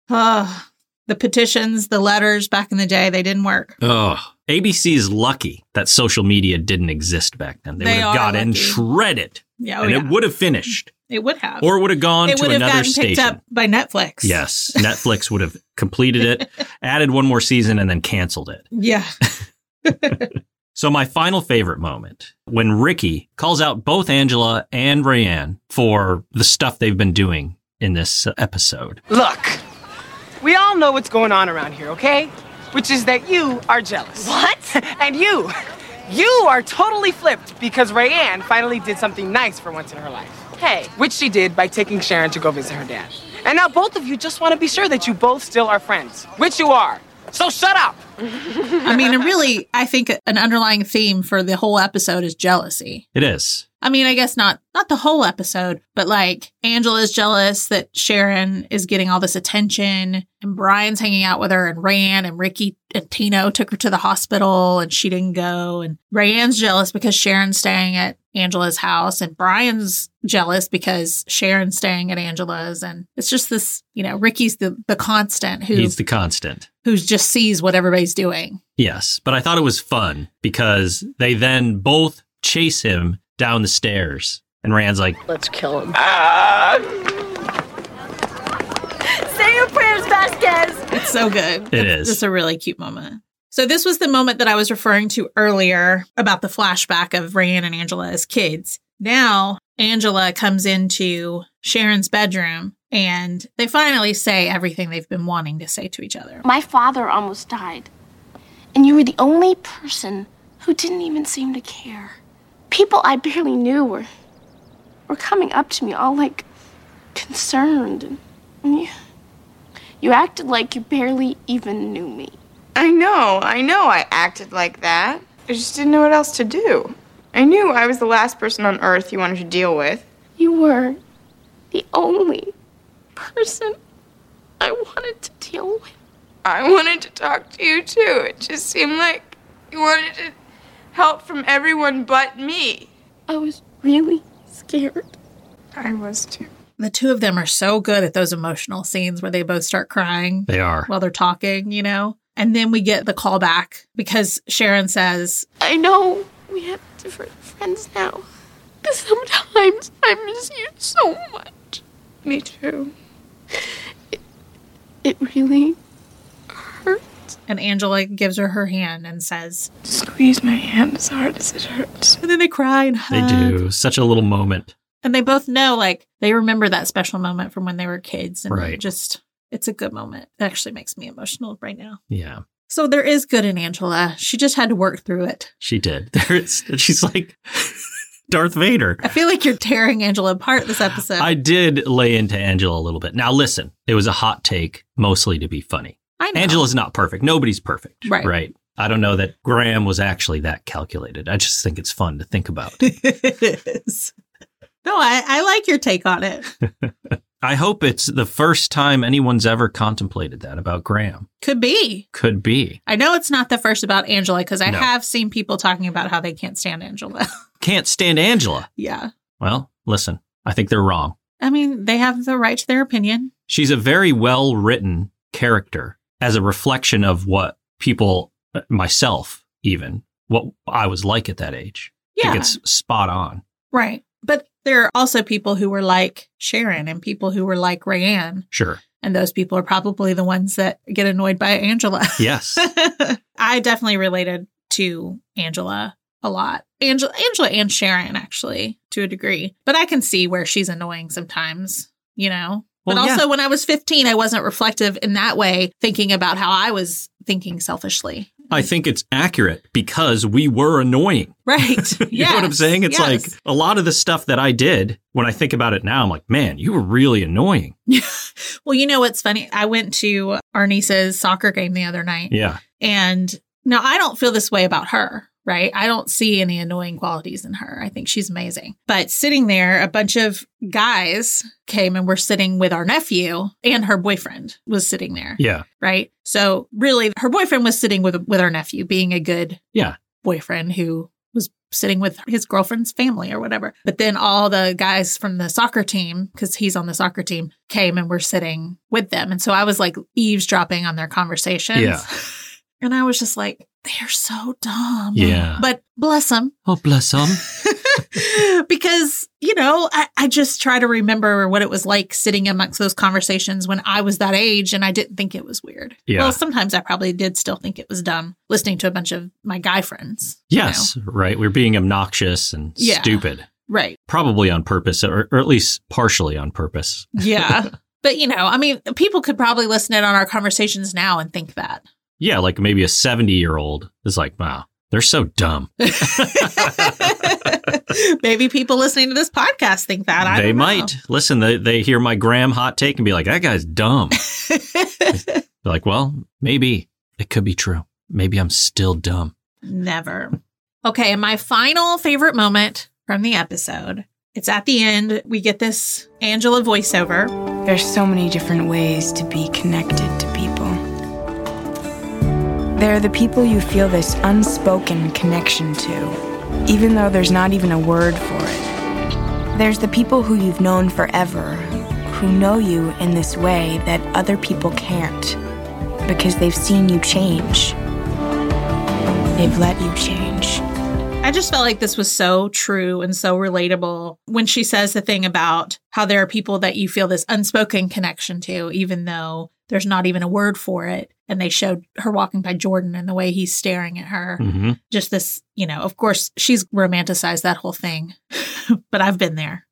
oh, the petitions, the letters back in the day, they didn't work.
Oh, ABC is lucky that social media didn't exist back then. They,
They
would have
are
got in,
lucky.
shredded,
Yeah, oh,
and
yeah.
it would have finished,
it would have.
or would have gone
it
to
would have
another
gotten picked
station.
up by Netflix.
Yes, Netflix would have completed it, added one more season, and then canceled it.
Yeah.
So, my final favorite moment when Ricky calls out both Angela and Rayanne for the stuff they've been doing in this episode.
Look, we all know what's going on around here, okay? Which is that you are jealous. What? and you, you are totally flipped because Rayanne finally did something nice for once in her life.
Hey,
Which she did by taking Sharon to go visit her dad. And now both of you just want to be sure that you both still are friends, which you are. So shut up!
I mean, and really, I think an underlying theme for the whole episode is jealousy.
It is.
I mean, I guess not not the whole episode, but like Angela's jealous that Sharon is getting all this attention and Brian's hanging out with her and Rayanne and Ricky and Tino took her to the hospital and she didn't go and Rayanne's jealous because Sharon's staying at Angela's house and Brian's jealous because Sharon's staying at Angela's and it's just this, you know, Ricky's the the constant who
He's the constant.
who just sees what everybody's doing.
Yes, but I thought it was fun because they then both chase him down the stairs. And Rand's like,
let's kill him.
It's so good.
It
It's-
is.
It's a really cute moment. So this was the moment that I was referring to earlier about the flashback of Rayanne and Angela as kids. Now Angela comes into Sharon's bedroom and they finally say everything they've been wanting to say to each other.
My father almost died. And you were the only person who didn't even seem to care. People I barely knew were were coming up to me all like concerned and, and you, you acted like you barely even knew me.
I know, I know I acted like that. I just didn't know what else to do. I knew I was the last person on earth you wanted to deal with.
You were the only person I wanted to deal with.
I wanted to talk to you too. It just seemed like you wanted to help from everyone but me.
I was really scared.
I was too.
The two of them are so good at those emotional scenes where they both start crying.
They are.
while they're talking, you know? And then we get the call back because Sharon says,
I know we have different friends now. But sometimes I miss you so much.
Me too.
It really hurts.
and Angela gives her her hand and says,
Squeeze my hand as hard as it hurts.
and then they cry and
They
hug.
do. Such a little moment.
And they both know, like, they remember that special moment from when they were kids. And
Right.
just, it's a good moment. It actually makes me emotional right now.
Yeah,
So there is good in Angela. She just had to work through it.
she did. There's, she's like Darth Vader.
I feel like you're tearing Angela apart this episode.
I did lay into Angela a little bit. Now, listen, it was a hot take, mostly to be funny.
I know.
Angela's not perfect. Nobody's perfect.
Right.
Right. I don't know that Graham was actually that calculated. I just think it's fun to think about.
it is. No, I, I like your take on it.
I hope it's the first time anyone's ever contemplated that about Graham.
Could be.
Could be.
I know it's not the first about Angela because I
No.
have seen people talking about how they can't stand Angela.
Can't stand Angela.
yeah.
Well, listen, I think they're wrong.
I mean, they have the right to their opinion.
She's a very well written character as a reflection of what people, uh, myself even, what I was like at that age. I
Yeah.
think it's spot on.
right. But there are also people who were like Sharon and people who were like Rayanne.
Sure.
And those people are probably the ones that get annoyed by Angela.
Yes.
I definitely related to Angela a lot. Angela, Angela and Sharon, actually, to a degree. But I can see where she's annoying sometimes, you know? but
Well, yeah.
also, when I was 15, I wasn't reflective in that way, thinking about how I was thinking selfishly.
I think it's accurate because we were annoying.
Right.
You know what I'm saying? It's like a lot of the stuff that I did, when I think about it now, I'm like, man, you were really annoying.
Well, you know what's funny? I went to our niece's soccer game the other night.
Yeah.
And now I don't feel this way about her, right? I don't see any annoying qualities in her. I think she's amazing. But sitting there, a bunch of guys came and were sitting with our nephew and her boyfriend was sitting there,
Yeah.
right? So really her boyfriend was sitting with with our nephew being a good
Yeah.
boyfriend who was sitting with his girlfriend's family or whatever. But then all the guys from the soccer team cuz he's on the soccer team came and were sitting with them. And so I was like eavesdropping on their conversations.
Yeah.
And I was just like, they're so dumb.
Yeah.
But bless them.
Oh, bless them.
because, you know, I, I just try to remember what it was like sitting amongst those conversations when I was that age and I didn't think it was weird.
Yeah.
Well, sometimes I probably did still think it was dumb listening to a bunch of my guy friends. you know?
yes. Right. We're being obnoxious and
Yeah.
stupid,
Right.
probably on purpose, or, or at least partially on purpose.
Yeah. but, you know, I mean, people could probably listen in on our conversations now and think that.
Yeah. Like maybe a 70 year old is like, wow, they're so dumb.
Maybe people listening to this podcast think that. I
they
don't know.
might listen. They, they hear my Graham hot take and be like, that guy's dumb. They're like, well, maybe it could be true. Maybe I'm still dumb.
Never. Okay, and my final favorite moment from the episode. It's at the end. We get this Angela voiceover.
There's so many different ways to be connected to people. There are the people you feel this unspoken connection to, even though there's not even a word for it. There's the people who you've known forever, who know you in this way that other people can't, because they've seen you change. They've let you change.
I just felt like this was so true and so relatable when she says the thing about how there are people that you feel this unspoken connection to, even though There's not even a word for it. And they showed her walking by Jordan and the way he's staring at her.
Mm-hmm.
Just this, you know, of course, she's romanticized that whole thing, but I've been there.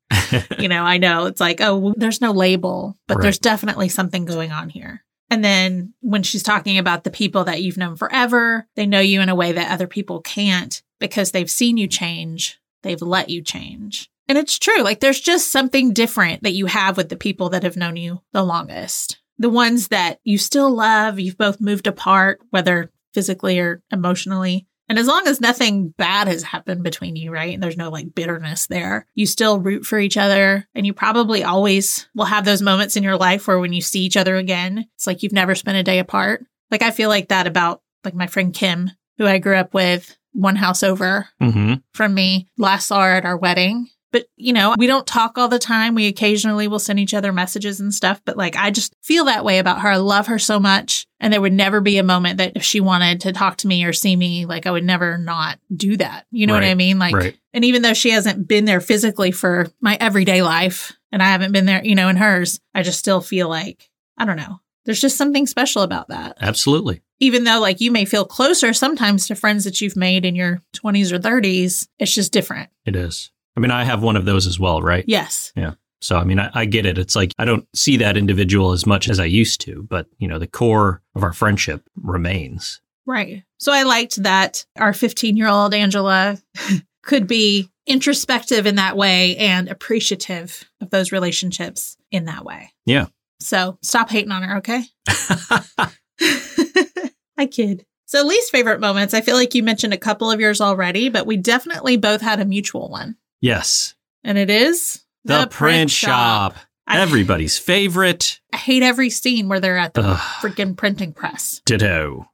you know, I know it's like, oh, well, there's no label, but
Right.
there's definitely something going on here. And then when she's talking about the people that you've known forever, they know you in a way that other people can't because they've seen you change, they've let you change. And it's true. Like there's just something different that you have with the people that have known you the longest. The ones that you still love, you've both moved apart, whether physically or emotionally. And as long as nothing bad has happened between you, right? And there's no like bitterness there, you still root for each other. And you probably always will have those moments in your life where when you see each other again, it's like you've never spent a day apart. Like I feel like that about like my friend Kim, who I grew up with one house over
Mm-hmm.
from me last saw her at our wedding. But, you know, we don't talk all the time. We occasionally will send each other messages and stuff. But, like, I just feel that way about her. I love her so much. And there would never be a moment that if she wanted to talk to me or see me, like, I would never not do that. You know what I
Right,
mean? Like,
right.
and even though she hasn't been there physically for my everyday life and I haven't been there, you know, in hers, I just still feel like, I don't know. There's just something special about that
Absolutely.
even though like you may feel closer sometimes to friends that you've made in your 20s or 30s, it's just different.
It is. I mean, I have one of those as well, right?
Yes.
Yeah. So, I mean, I, I get it. It's like I don't see that individual as much as I used to, but, you know, the core of our friendship remains.
Right. So I liked that our 15 year old Angela could be introspective in that way and appreciative of those relationships in that way.
Yeah.
So stop hating on her, okay? I kid. So, least favorite moments, I feel like you mentioned a couple of yours already, but we definitely both had a mutual one.
Yes.
And it is
The, print, shop.
I-
Everybody's favorite.
I hate every scene where they're at the
Ugh.
freaking printing press.
Ditto.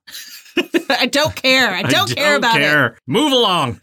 I don't care. I don't care about it.
Move along.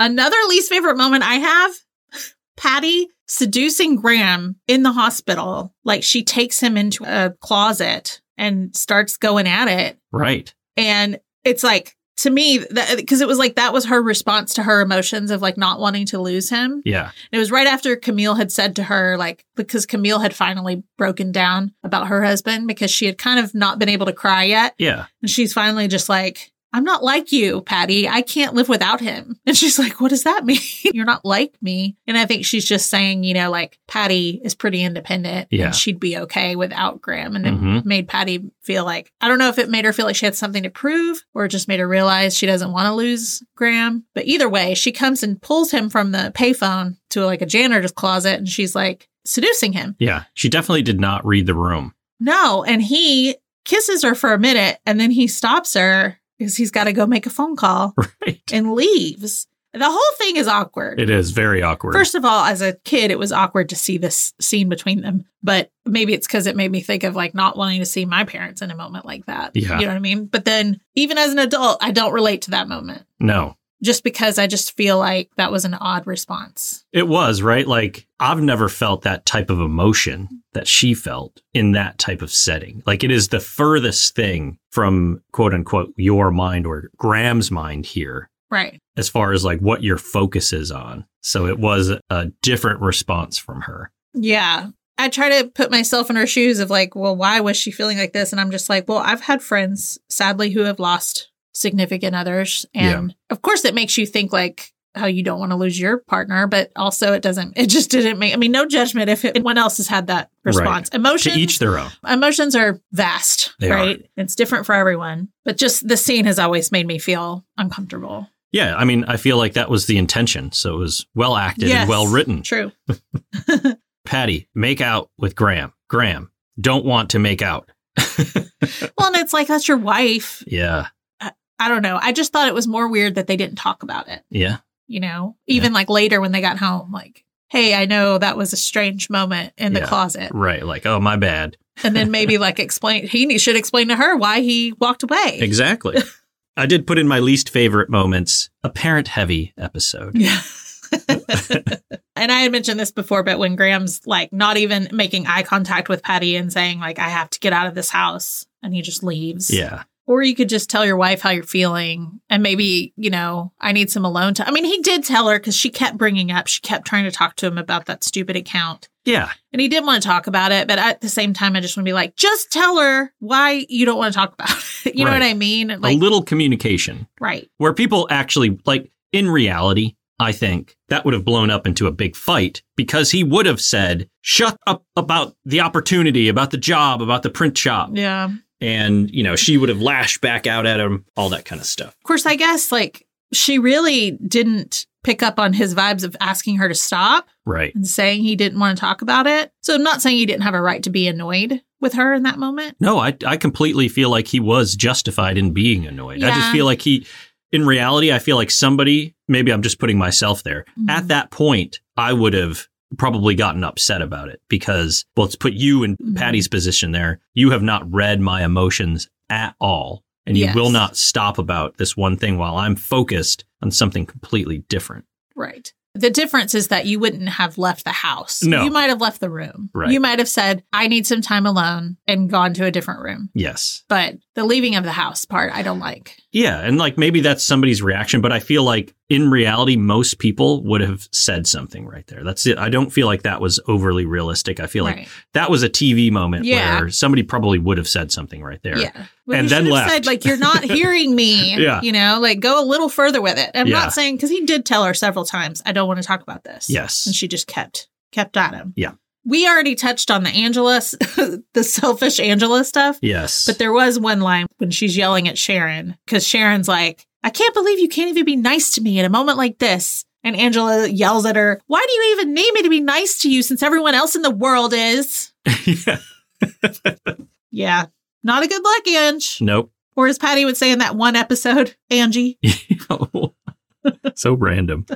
Another least favorite moment I have Patty seducing Graham in the hospital. Like she takes him into a closet and starts going at it.
right.
And it's like, to me, because it was like that was her response to her emotions of like not wanting to lose him.
Yeah.
It was right after Camille had said to her, like, because Camille had finally broken down about her husband because she had kind of not been able to cry yet.
Yeah.
And she's finally just like, I'm not like you, Patty. I can't live without him. And she's like, What does that mean? You're not like me. And I think she's just saying, you know, like Patty is pretty independent
Yeah.
and she'd be okay without Graham. And it
Mhm.
made Patty feel like, I don't know if it made her feel like she had something to prove or it just made her realize she doesn't want to lose Graham. But either way, she comes and pulls him from the payphone to like a janitor's closet and she's like seducing him.
Yeah. She definitely did not read the room.
No. And he kisses her for a minute and then he stops her because he's got to go make a phone call
Right.
and leaves. The whole thing is awkward.
It is very awkward.
First of all, as a kid, it was awkward to see this scene between them, but maybe it's because it made me think of like not wanting to see my parents in a moment like that.
Yeah.
You know what I mean? But then even as an adult, I don't relate to that moment
no.
just because I just feel like that was an odd response.
It was, right? Like, I've never felt that type of emotion that she felt in that type of setting. Like, it is the furthest thing from quote unquote your mind or Graham's mind here
Right.
as far as like what your focus is on. So it was a different response from her.
Yeah. I try to put myself in her shoes of like, well, why was she feeling like this? And I'm just like, well, I've had friends, sadly, who have lost significant others. And of course, it makes you think like how you don't want to lose your partner, but also it doesn't, it just didn't make, I mean, no judgment if it, anyone else has had that response. Emotions,
To each their own.
emotions are vast,
They
right? It's different for everyone. But just the scene has always made me feel uncomfortable.
Yeah. I mean, I feel like that was the intention. So it was well acted
Yes.
and well written.
True.
Patty, make out with Graham. Graham, don't want to make out.
Well, and it's like, that's your wife.
Yeah.
I don't know. I just thought it was more weird that they didn't talk about it.
Yeah.
you know, even like later when they got home, like, hey, I know that was a strange moment in the
Yeah.
closet.
Right. Like, oh, my bad.
And then maybe like explain, he ne- should explain to her why he walked away.
Exactly. I did put in my least favorite moments a parent heavy episode.
Yeah. and I had mentioned this before, but when Graham's like not even making eye contact with Patty and saying, like, I have to get out of this house, and he just leaves.
Yeah.
Or you could just tell your wife how you're feeling and maybe, you know, I need some alone time. I mean, he did tell her because she kept bringing up, she kept trying to talk to him about that stupid account.
Yeah.
And he didn't want to talk about it. But at the same time, I just want to be like, just tell her why you don't want to talk about it. You know what
Right.
I mean? And
a
Like,
little communication
right.
where people actually, like, in reality, I think that would have blown up into a big fight because he would have said, shut up about the opportunity, about the job, about the print shop.
Yeah. Of
And, you know, she would have lashed back out at him, all that kind of stuff.
course, I guess like she really didn't pick up on his vibes of asking her to stop
Right.
and saying he didn't want to talk about it. So I'm not saying he didn't have a right to be annoyed with her in that moment.
No, I, I completely feel like he was justified in being annoyed. I just
Yeah.
feel like he, in reality, I feel like somebody, maybe I'm just putting myself there.
Mm-hmm.
At that point, I would have probably gotten upset about it because, well, let's put you in
Mm-hmm.
Patty's position there. You have not read my emotions at all. And you
Yes.
will not stop about this one thing while I'm focused on something completely different.
Right. The difference is that you wouldn't have left the house.
No.
You might have left the room.
Right.
You might have said, I need some time alone and gone to a different room.
Yes.
But the leaving of the house part, I don't like.
Yeah, and like maybe that's somebody's reaction, but I feel like in reality, most people would have said something right there. That's it. I don't feel like that was overly realistic. I feel like
Right.
that was a TV moment
Yeah.
where somebody probably would have said something right there.
Yeah. Well,
And
you
then
should have
left.
said, like, you're not hearing me.
Yeah.
You know, like, go a little further with it. I'm
Yeah.
not saying, because he did tell her several times, I don't want to talk about this.
Yes.
And she just kept, kept at him.
Yeah.
We already touched on the Angela, s- the selfish Angela stuff.
Yes.
But there was one line when she's yelling at Sharon because Sharon's like, I can't believe you can't even be nice to me at a moment like this. And Angela yells at her, Why do you even need me to be nice to you since everyone else in the world is? yeah. Not a good luck, Ange.
nope.
Or as Patty would say in that one episode, Angie.
so random.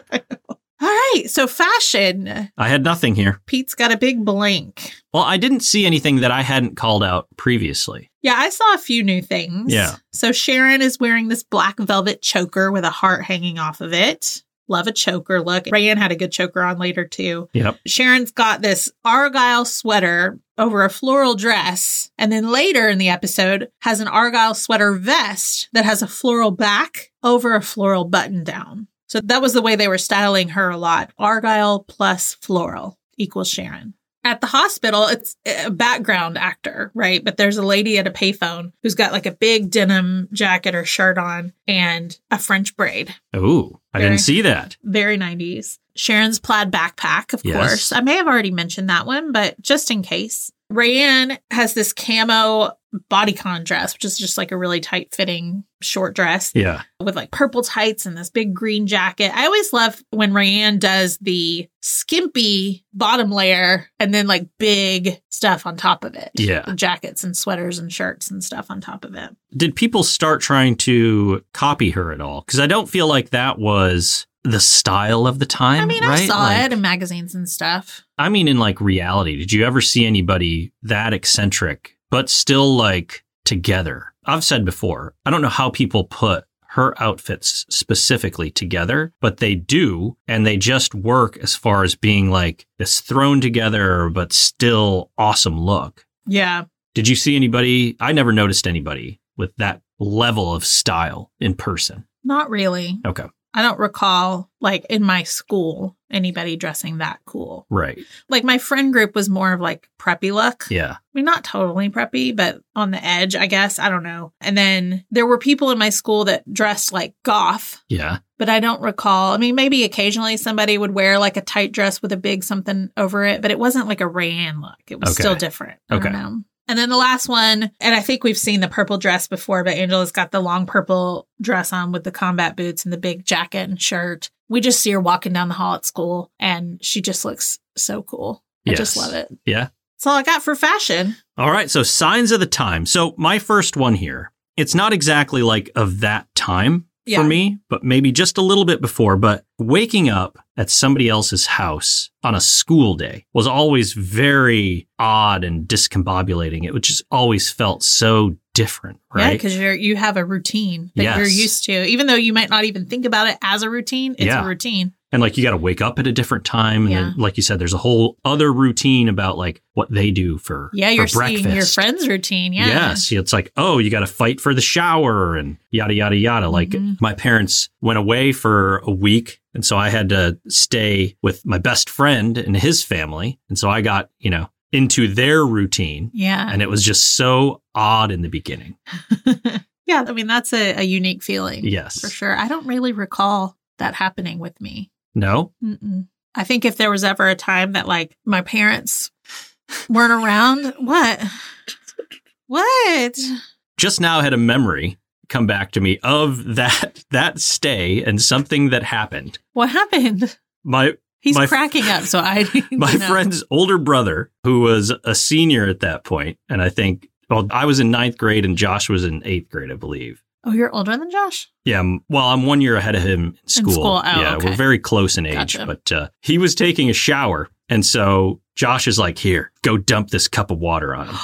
All right. So, fashion.
I had nothing here.
Pete's got a big blank.
Well, I didn't see anything that I hadn't called out previously.
Yeah, I saw a few new things.
Yeah.
So Sharon is wearing this black velvet choker with a heart hanging off of it. Love a choker look. Rayanne had a good choker on later too.
Yep.
Sharon's got this argyle sweater over a floral dress, and then later in the episode has an argyle sweater vest that has a floral back over a floral button down. So that was the way they were styling her a lot. Argyle plus floral equals Sharon at the hospital, it's a background actor, right? But there's a lady at a payphone who's got like a big denim jacket or shirt on and a French braid.
Oh, I
Very-
didn't see that.
Very 90s. Sharon's plaid backpack, of
Yes.
course. I may have already mentioned that one, but just in case. Rayanne has this camo bodycon dress, which is just like a really tight fitting short dress
Yeah.
with like purple tights and this big green jacket. I always love when Rayanne does the skimpy bottom layer and then like big stuff on top of it.
Yeah.
Jackets and sweaters and shirts and stuff on top of it.
did people start trying to copy her at all? Because I don't feel like that was the style of the time.
I mean,
right?
I saw
Like-
it in magazines and stuff.
I mean, in like reality, did you ever see anybody that eccentric but still like together? I've said before, I don't know how people put her outfits specifically together, but they do, and they just work as far as being like this thrown together but still awesome look.
Yeah.
Did you see anybody? I never noticed anybody with that level of style in person.
Not really.
Okay.
I don't recall like in my school anybody dressing that cool.
Right.
Like my friend group was more of like preppy look.
Yeah.
I mean, not totally preppy, but on the edge, I guess. I don't know. And then there were people in my school that dressed like goth,
Yeah.
but I don't recall. I mean, maybe occasionally somebody would wear like a tight dress with a big something over it, but it wasn't like a Rayanne look. It was
Okay.
still different. I
Okay.
don't know. And then the last one, and I think we've seen the purple dress before, but Angela's got the long purple dress on with the combat boots and the big jacket and shirt. We just see her walking down the hall at school, and she just looks so cool. I just
Yes.
love it.
Yeah.
That's all I got for fashion.
All right. So signs of the time. So my first one here, it's not exactly like of that time
Yeah.
for me, but maybe just a little bit before. But waking up at somebody else's house on a school day was always very odd and discombobulating. It just always felt so different,
Yeah,
right?
because you're you have a routine that
Yes.
you're used to, even though you might not even think about it as a routine. It's
Yeah.
a routine.
And like you got to wake up at a different time. And then, like you said, there's a whole other routine about like what they do for
Yeah,
for
you're
breakfast.
seeing your friend's routine. Yeah.
Yes. It's like, oh, you got to fight for the shower and yada, yada, yada. Like
Mm-hmm.
my parents went away for a week. And so I had to stay with my best friend and his family. And so I got, you know, into their routine.
Yeah.
And it was just so odd in the beginning.
Yeah. I mean, that's a, a unique feeling.
Yes.
For sure. I don't really recall that happening with me.
No?
Mm-mm. I think if there was ever a time that like my parents weren't around, what? What?
Just now I had a memory come back to me of that that stay and something that happened.
What happened?
My
He's
my
cracking up. So I, need to
my
know.
friend's older brother, who was a senior at that point, and I think, well, I was in ninth grade and Josh was in eighth grade, I believe.
Oh, you're older than Josh?
Yeah, I'm- well, I'm one year ahead of him in school.
school, oh,
yeah,
okay.
we're very close in age,
Gotcha.
but uh, he was taking a shower, and so Josh is like, "Here, go dump this cup of water on him."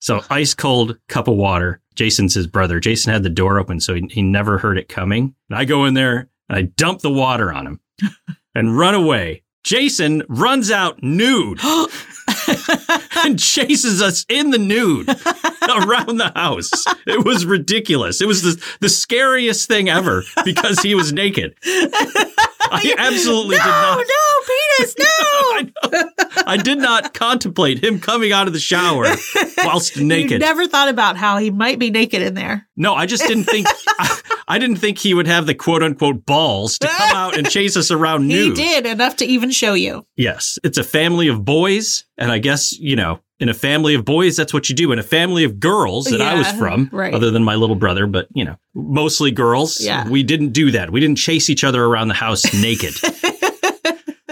so ice cold cup of water. Jason's his brother. Jason had the door open, so he, he never heard it coming. And I go in there and I dump the water on him and run away. Jason runs out nude and chases us in the nude around the house. It was ridiculous. It was the, the scariest thing ever because he was naked. I absolutely
no,
did not.
Oh, no, penis, no.
I did not contemplate him coming out of the shower whilst naked.
You never thought about how he might be naked in there.
No, I just didn't think I, I didn't think he would have the quote unquote balls to come out and chase us around
He
nude.
did enough to even show you.
Yes, it's a family of boys, and I guess you know, in a family of boys, that's what you do. In a family of girls that I was
Yeah,
from,
right.
other than my little brother, but you know, mostly girls.
Yeah.
we didn't do that. We didn't chase each other around the house naked.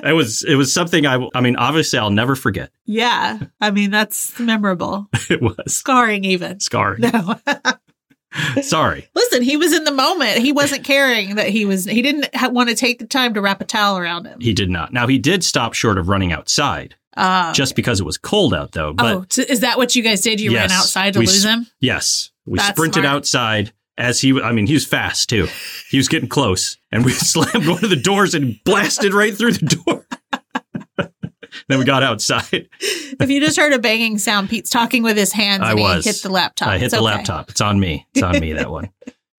it was it was something I I mean, obviously, I'll never forget.
Yeah. I mean, that's memorable.
It was
Scarring even.
scarring.
No.
Sorry.
Listen, he was in the moment. He wasn't caring that he was, he didn't ha- want to take the time to wrap a towel around him.
He did not. Now he did stop short of running outside.
Uh,
just because it was cold out though. But
oh, t- is that what you guys did? You ran
yes,
outside to
we
lose
s-
him?
Yes, we
That's
sprinted
smart.
outside as he. I mean, he was fast too. He was getting close, and we slammed one of the doors and blasted right through the door. then we got outside.
if you just heard a banging sound, Pete's talking with his hands
I
and
was
he hit the laptop.
I hit
It's
the
okay.
laptop. It's on me. It's on me that one.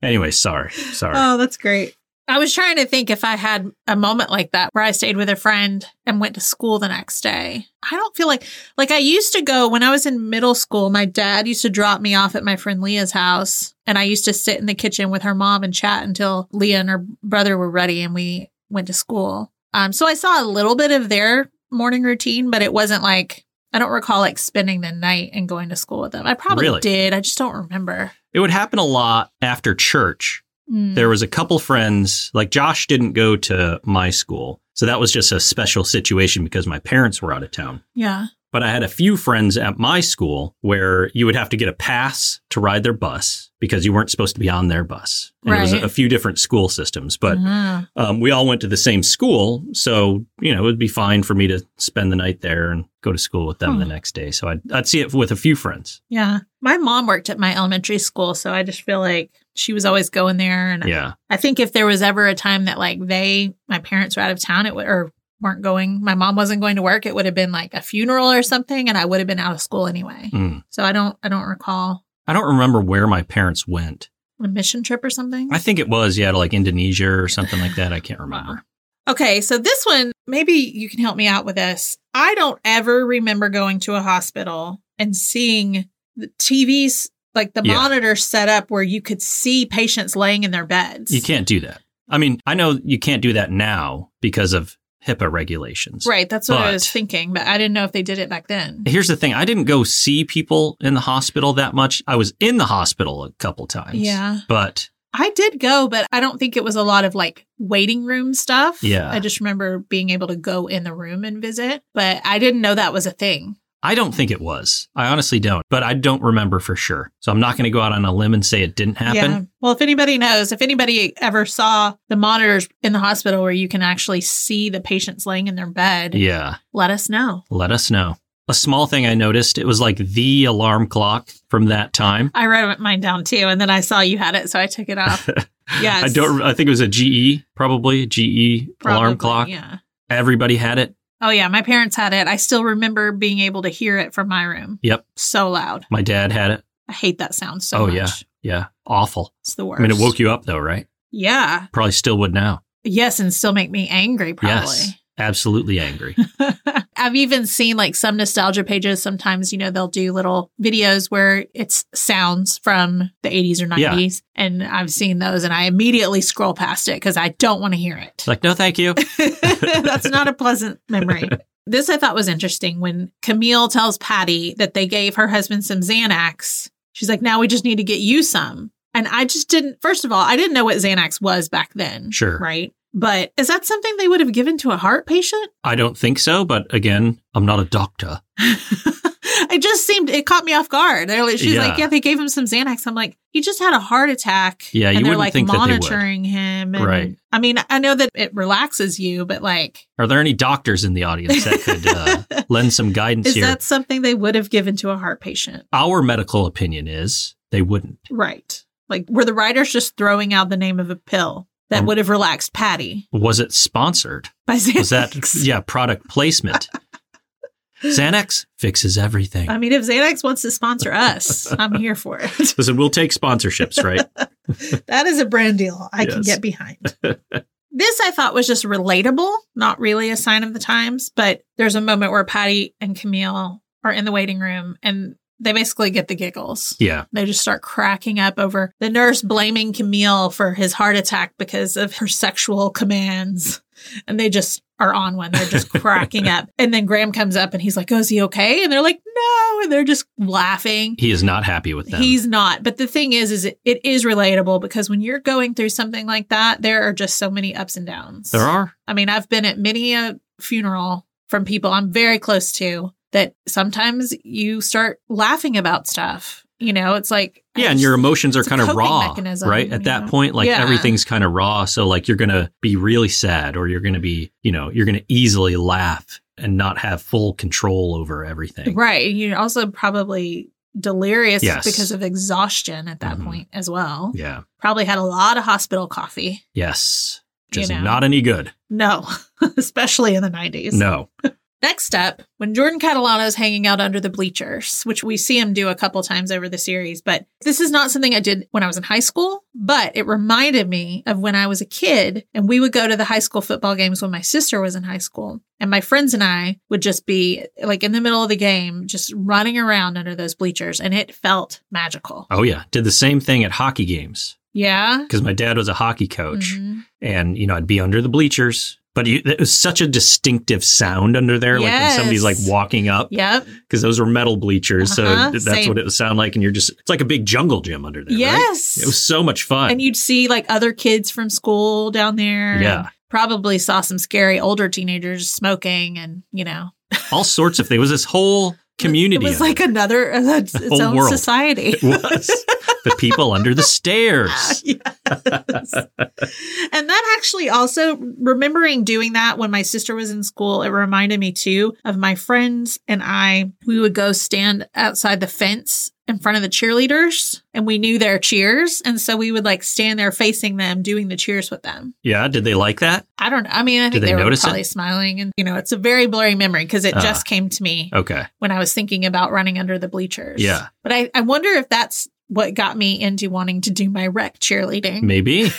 Anyway, sorry, sorry.
Oh, that's great. I was trying to think if I had a moment like that where I stayed with a friend and went to school the next day. I don't feel like like I used to go when I was in middle school, my dad used to drop me off at my friend Leah's house and I used to sit in the kitchen with her mom and chat until Leah and her brother were ready and we went to school. Um so I saw a little bit of their morning routine, but it wasn't like I don't recall like spending the night and going to school with them. I probably
Really?
did. I just don't remember.
It would happen a lot after church.
Mm.
There was a couple friends, like Josh didn't go to my school. So that was just a special situation because my parents were out of town.
Yeah.
But I had a few friends at my school where you would have to get a pass to ride their bus because you weren't supposed to be on their bus. And it was
Right.
a, a few different school systems, but
Mhm.
um, we all went to the same school. So, you know, it would be fine for me to spend the night there and go to school with them
Hmm.
the next day. So I'd, I'd see it with a few friends.
Yeah. My mom worked at my elementary school, so I just feel like she was always going there. And
Yeah.
I think if there was ever a time that like they, my parents were out of town, it would, or weren't going, my mom wasn't going to work, it would have been like a funeral or something, and I would have been out of school anyway.
Mm.
So I don't, I don't recall
I don't remember where my parents went.
a mission trip or something.
I think it was, yeah, to like Indonesia or something like that. I can't remember.
Okay, so this one, maybe you can help me out with this. I don't ever remember going to a hospital and seeing the TVs, like the
Yeah.
monitor set up where you could see patients laying in their beds.
You can't do that. I mean, I know you can't do that now because of HIPAA regulations.
Right, that's what I was
But-
thinking, but I didn't know if they did it back then.
Here's the thing I didn't go see people in the hospital that much. I was in the hospital a couple times.
Yeah.
But
I did go, but I don't think it was a lot of like waiting room stuff.
Yeah.
I just remember being able to go in the room and visit, but I didn't know that was a thing.
I don't think it was. I honestly don't. But I don't remember for sure. So I'm not going to go out on a limb and say it didn't happen.
Yeah. Well, if anybody knows, if anybody ever saw the monitors in the hospital where you can actually see the patients laying in their bed,
Yeah.
let us know.
Let us know. a small thing I noticed. It was like the alarm clock from that time.
I wrote mine down too, and then I saw you had it, so I took it off. yes.
I don't. I think it was a GE, probably GE
Probably,
alarm clock.
Yeah.
Everybody had it.
Oh yeah, my parents had it. I still remember being able to hear it from my room.
Yep.
So loud.
My dad had it.
I hate that sound so
oh
much.
yeah, yeah. Awful.
It's the
I mean, it
worst.
woke you up though, right?
Yeah.
Probably still would now.
Yes, and still make me angry probably.
Yes, absolutely angry.
I've even seen like some nostalgia pages. Sometimes, you know, they'll do little videos where it's sounds from the 80s or
Yeah.
90s. And I've seen those and I immediately scroll past it because I don't want to hear it.
It's like, no, thank you.
That's not a pleasant memory. This I thought was interesting when Camille tells Patty that they gave her husband some Xanax. She's like, now we just need to get you some. And I just didn't, first of all, I didn't know what Xanax was back then.
Sure.
Right. But is that something they would have given to a heart patient?
I don't think so, but again, I'm not a doctor.
It just seemed, it caught me off guard. They're like, she's
Yeah.
like, yeah, they gave him some Xanax. I'm like, he just had a heart attack.
Yeah, you
and they're
wouldn't
like
think that they would.
monitoring him. And,
Right.
I mean, I know that it relaxes you, but like,
Are there any doctors in the audience that could uh, lend some guidance
Is
here?
that something they would have given to a heart patient?
Our medical opinion is they wouldn't.
Right. Like, were the writers just throwing out the name of a pill that would have relaxed Patty?
Was it sponsored?
By
Um, Was that yeah product placement? Xanax fixes everything.
I mean, if Xanax wants to sponsor us, I'm here for it.
Listen, we'll take sponsorships, right?
That is a brand deal I can
Yes.
get behind. this I thought was just relatable, not really a sign of the times, but there's a moment where Patty and Camille are in the waiting room and they basically get the giggles.
yeah.
They just start cracking up over the nurse blaming Camille for his heart attack because of her sexual commands. And they just are on one. They're just cracking up. And then Graham comes up and he's like, Oh, is he okay? And they're like, No. And they're just laughing.
He is not happy with them.
He's not. But the thing is, is it, it is relatable because when you're going through something like that, there are just so many ups and downs.
there are.
I mean, I've been at many a funeral from people I'm very close to that sometimes you start laughing about stuff. You know, it's like
Yeah, and your emotions are
a
kind of
coping
raw,
mechanism,
right? At
you
that
know?
point, like
Yeah.
everything's kind of raw. So, like, you're going to be really sad or you're going to be, you know, you're going to easily laugh and not have full control over everything.
right. You're also probably delirious
Yes.
because of exhaustion at that
Mhm.
point as well.
Yeah.
Probably had a lot of hospital coffee.
Yes. Which
You
is
know.
not any good.
No, especially in the 90s.
No.
Next up, when Jordan Catalano's hanging out under the bleachers, which we see him do a couple times over the series, but this is not something I did when I was in high school, but it reminded me of when I was a kid and we would go to the high school football games when my sister was in high school. And my friends and I would just be like in the middle of the game, just running around under those bleachers. And it felt magical.
Oh, yeah. Did the same thing at hockey games
Yeah.
because my dad was a hockey coach
Mhm.
and, you know, I'd be under the bleachers. But you, it was such a distinctive sound under there, like when somebody's like
Yes.
walking up,
Yep.
because those were metal bleachers,
Uh-huh,
so that's
same.
what it would sound like. And you're just—it's like a big jungle gym under there. right?
Yes.
It was so much fun.
And you'd see like other kids from school down there.
Yeah.
and Probably saw some scary older teenagers smoking and, you know,
All sorts of things. It was this whole
it
community.
was
of
like another, it had its
Whole
own
world.
society.
it was the people under the stairs.
And that actually also, remembering doing that when my sister was in school, it reminded me too of my friends and I. We would go stand outside the fence in front of the cheerleaders and we knew their cheers. And so we would like stand there facing them, doing the cheers with them.
Yeah. Did they like that?
I don't know. I mean, I
Did
think
they
they, were
notice it?
probably smiling. And, you know, it's a very blurry memory because it
Ah.
just came to me
Okay.
when I was thinking about running under the bleachers.
Yeah.
But I, I wonder if that's what got me into wanting to do my rec cheerleading.
Maybe.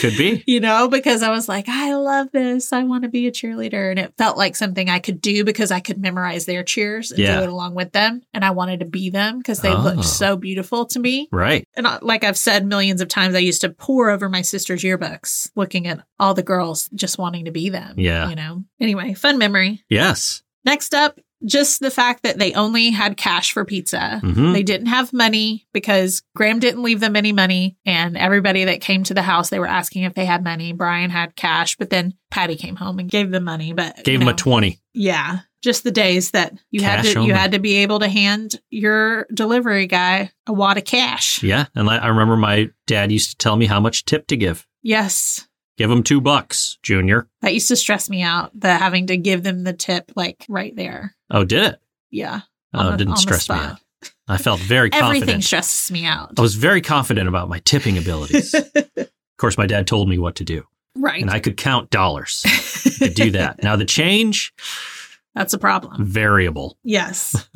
Could be.
You know, because I was like, I love this. I want to be a cheerleader. And it felt like something I could do because I could memorize their cheers and
Yeah.
do it along with them. And I wanted to be them because they
Oh.
looked so beautiful to me.
Right.
And I- like I've said millions of times, I used to pore over my sister's yearbooks, looking at all the girls just wanting to be them.
Yeah.
You know, anyway, fun memory.
Yes.
Next up, just the fact that they only had cash for pizza.
Mhm.
They didn't have money because Graham didn't leave them any money. And everybody that came to the house, they were asking if they had money. Brian had cash, but then Patty came home and gave them money. But you
Gave him
know.
a twenty.
Yeah. Just the days that you had
Cash
to
only.
you had to be able to hand your delivery guy a wad of cash.
Yeah. And I I remember my dad used to tell me how much tip to give.
Yes.
Give them two bucks, Junior.
That used to stress me out, the having to give them the tip like right there.
Oh, did it?
Yeah.
Oh,
On
it
the-
didn't
on the
stress me
spot.
out. Oh, I felt very confident.
Everything stresses me out.
I was very confident about my tipping abilities. of course, my dad told me what to do,
Right.
and I could count dollars. I could do that. Now the Mm-hmm. change
That's a problem.
variable.
Yes.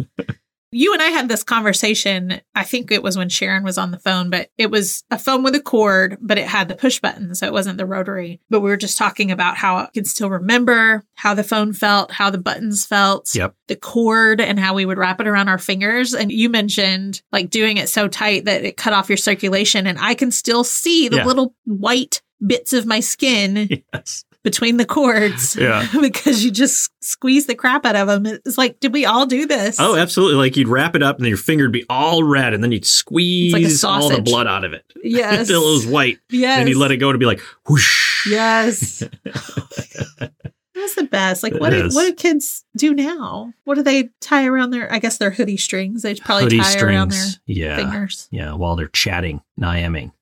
you and I had this conversation. I think it was when Sharon was on the phone, but it was a phone with a cord, but it had the push button. So it wasn't the rotary. But we were just talking about how I could still remember how the phone felt, how the buttons felt,
Yep.
the cord, and how we would wrap it around our fingers. And you mentioned like doing it so tight that it cut off your circulation. And I can still see the
Yeah.
little white bits of my skin
Yes.
between the cords
Yeah.
because you just squeeze the crap out of them. It's like, did we all do this?
Oh, absolutely. Like you'd wrap it up and your finger would be all red and then you'd squeeze all the
sausage.
blood out of it.
Yes.
Until it was white.
Yes.
Then you'd let it go and it'd be like, whoosh.
yes. That was the best. Like, what
It
do,
is.
what do kids do now? What do they tie around their? I guess their hoodie strings. They probably
Hoodie
tie around their
strings. Yeah.
fingers.
Yeah. While they're chatting, niaming,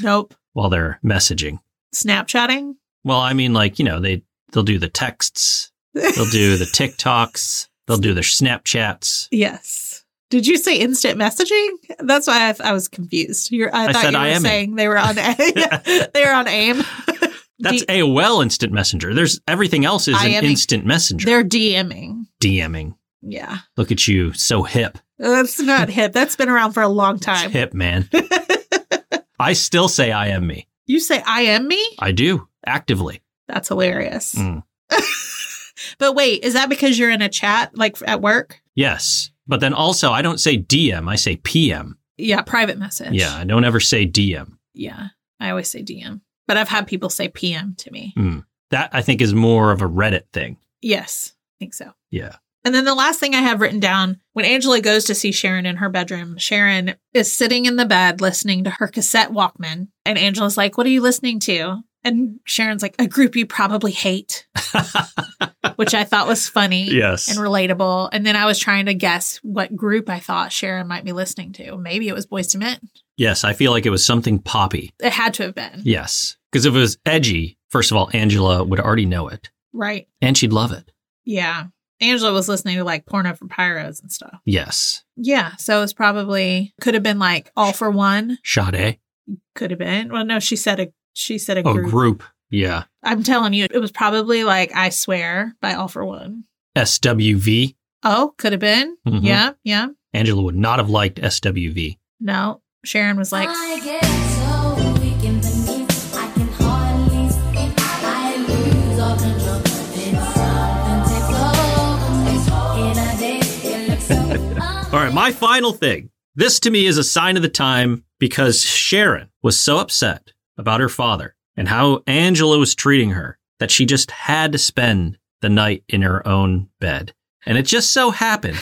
nope.
while they're messaging.
Snapchatting.
Well, I mean, like, you know, they they'll do the texts, they'll do the TikToks, they'll do their Snapchats.
Yes. Did you say instant messaging? That's why I, I was confused. You're, I,
I
thought
said
you were
IMing.
saying they were on they were on AIM.
That's AOL instant messenger. There's everything else is an
IMing.
instant messenger.
They're DMing.
DMing.
Yeah,
Look at you, so hip.
that's not hip. That's been around for a long time.
Hip, man. I still say I am me.
You say I am me.
I do actively.
That's hilarious.
Mm.
But wait, is that because you're in a chat like at work?
Yes. But then also, I don't say DM, I say PM.
Yeah, private message.
Yeah, I don't ever say DM.
Yeah. I always say DM, but I've had people say PM to me.
Mm. That I think is more of a Reddit thing.
Yes, I think so.
Yeah.
And then the last thing I have written down when Angela goes to see Sharon in her bedroom, Sharon is sitting in the bed listening to her cassette Walkman. And Angela's like, What are you listening to? And Sharon's like, A group you probably hate, which I thought was funny
Yes.
and relatable. And then I was trying to guess what group I thought Sharon might be listening to. Maybe it was Boys to Men.
Yes, I feel like it was something poppy.
It had to have been,
Yes. Because if it was edgy, first of all, Angela would already know it
right?
and she'd love it.
Yeah. Angela was listening to like porno for pyros and stuff.
Yes.
Yeah. So it's probably could have been like all for one.
Sade.
Could have been. Well, no, she said a she said a
Oh,
group.
group. Yeah.
I'm telling you, it was probably like I swear by all for one.
SWV.
Oh, could have been.
Mhm.
Yeah, yeah.
Angela would not have liked SWV.
No. Sharon was like
I get so weak in the knees, I can hardly speak. I lose all control. Then something takes over me. In a day, it looks so
All right, my final thing. This to me is a sign of the time because Sharon was so upset about her father and how Angela was treating her that she just had to spend the night in her own bed. And it just so happened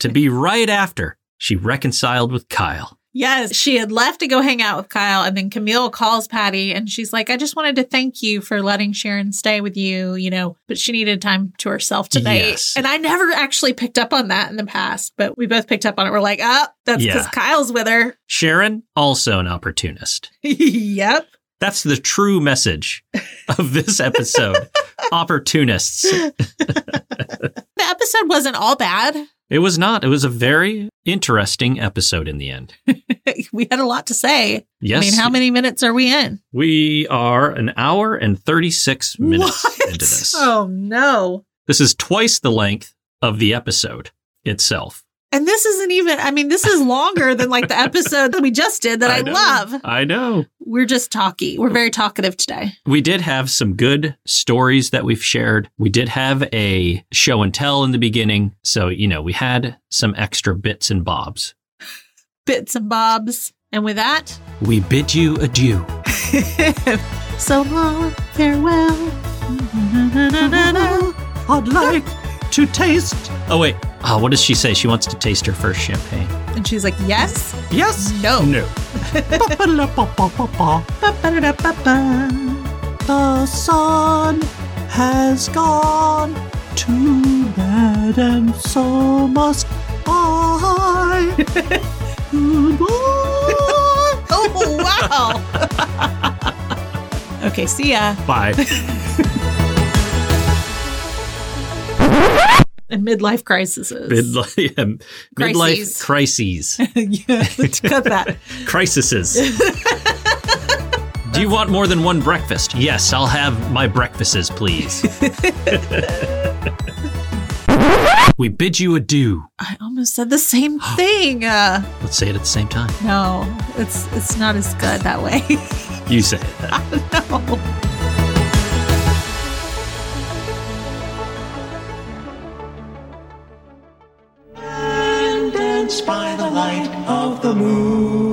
to be right after she reconciled with Kyle.
Yes, she had left to go hang out with Kyle, and then Camille calls Patty and she's like, I just wanted to thank you for letting Sharon stay with you, you know, but she needed time to herself tonight.
Yes.
And I never actually picked up on that in the past, but we both picked up on it. We're like, oh, that's because
Yeah.
Kyle's with her.
Sharon, also an opportunist.
yep.
That's the true message of this episode. Opportunists.
The episode wasn't all bad.
It was not. It was a very interesting episode in the end.
we had a lot to say. I
Yes.
mean, how many minutes are we in?
We are an hour and 36 minutes into this.
Oh, no.
This is twice the length of the episode itself.
And this isn't even, I mean, this is longer than like the episode that we just did that I,
know.
love.
I know.
We're just talky. We're very talkative today.
We did have some good stories that we've shared. We did have a show and tell in the beginning. So, you know, we had some extra bits and bobs.
Bits and bobs. And with that,
We bid you adieu.
so long, farewell.
I'd like to taste. Oh, wait. Oh, what does she say? She wants to taste her first champagne.
And she's like, yes?
Yes.
No.
No.
The sun has gone to bed, and so must I. Goodbye.
oh, wow. Okay, see ya.
Bye.
And midlife crises.
Midlife, yeah, midlife crises.
yeah, let's cut that.
Crises. Do you want more than one breakfast? Yes, I'll have my breakfasts, please. we bid you adieu.
I almost said the same thing. Uh,
Let's say it at the same time.
no, it's it's not as good that way.
You say it then.
and dance by the light of the moon.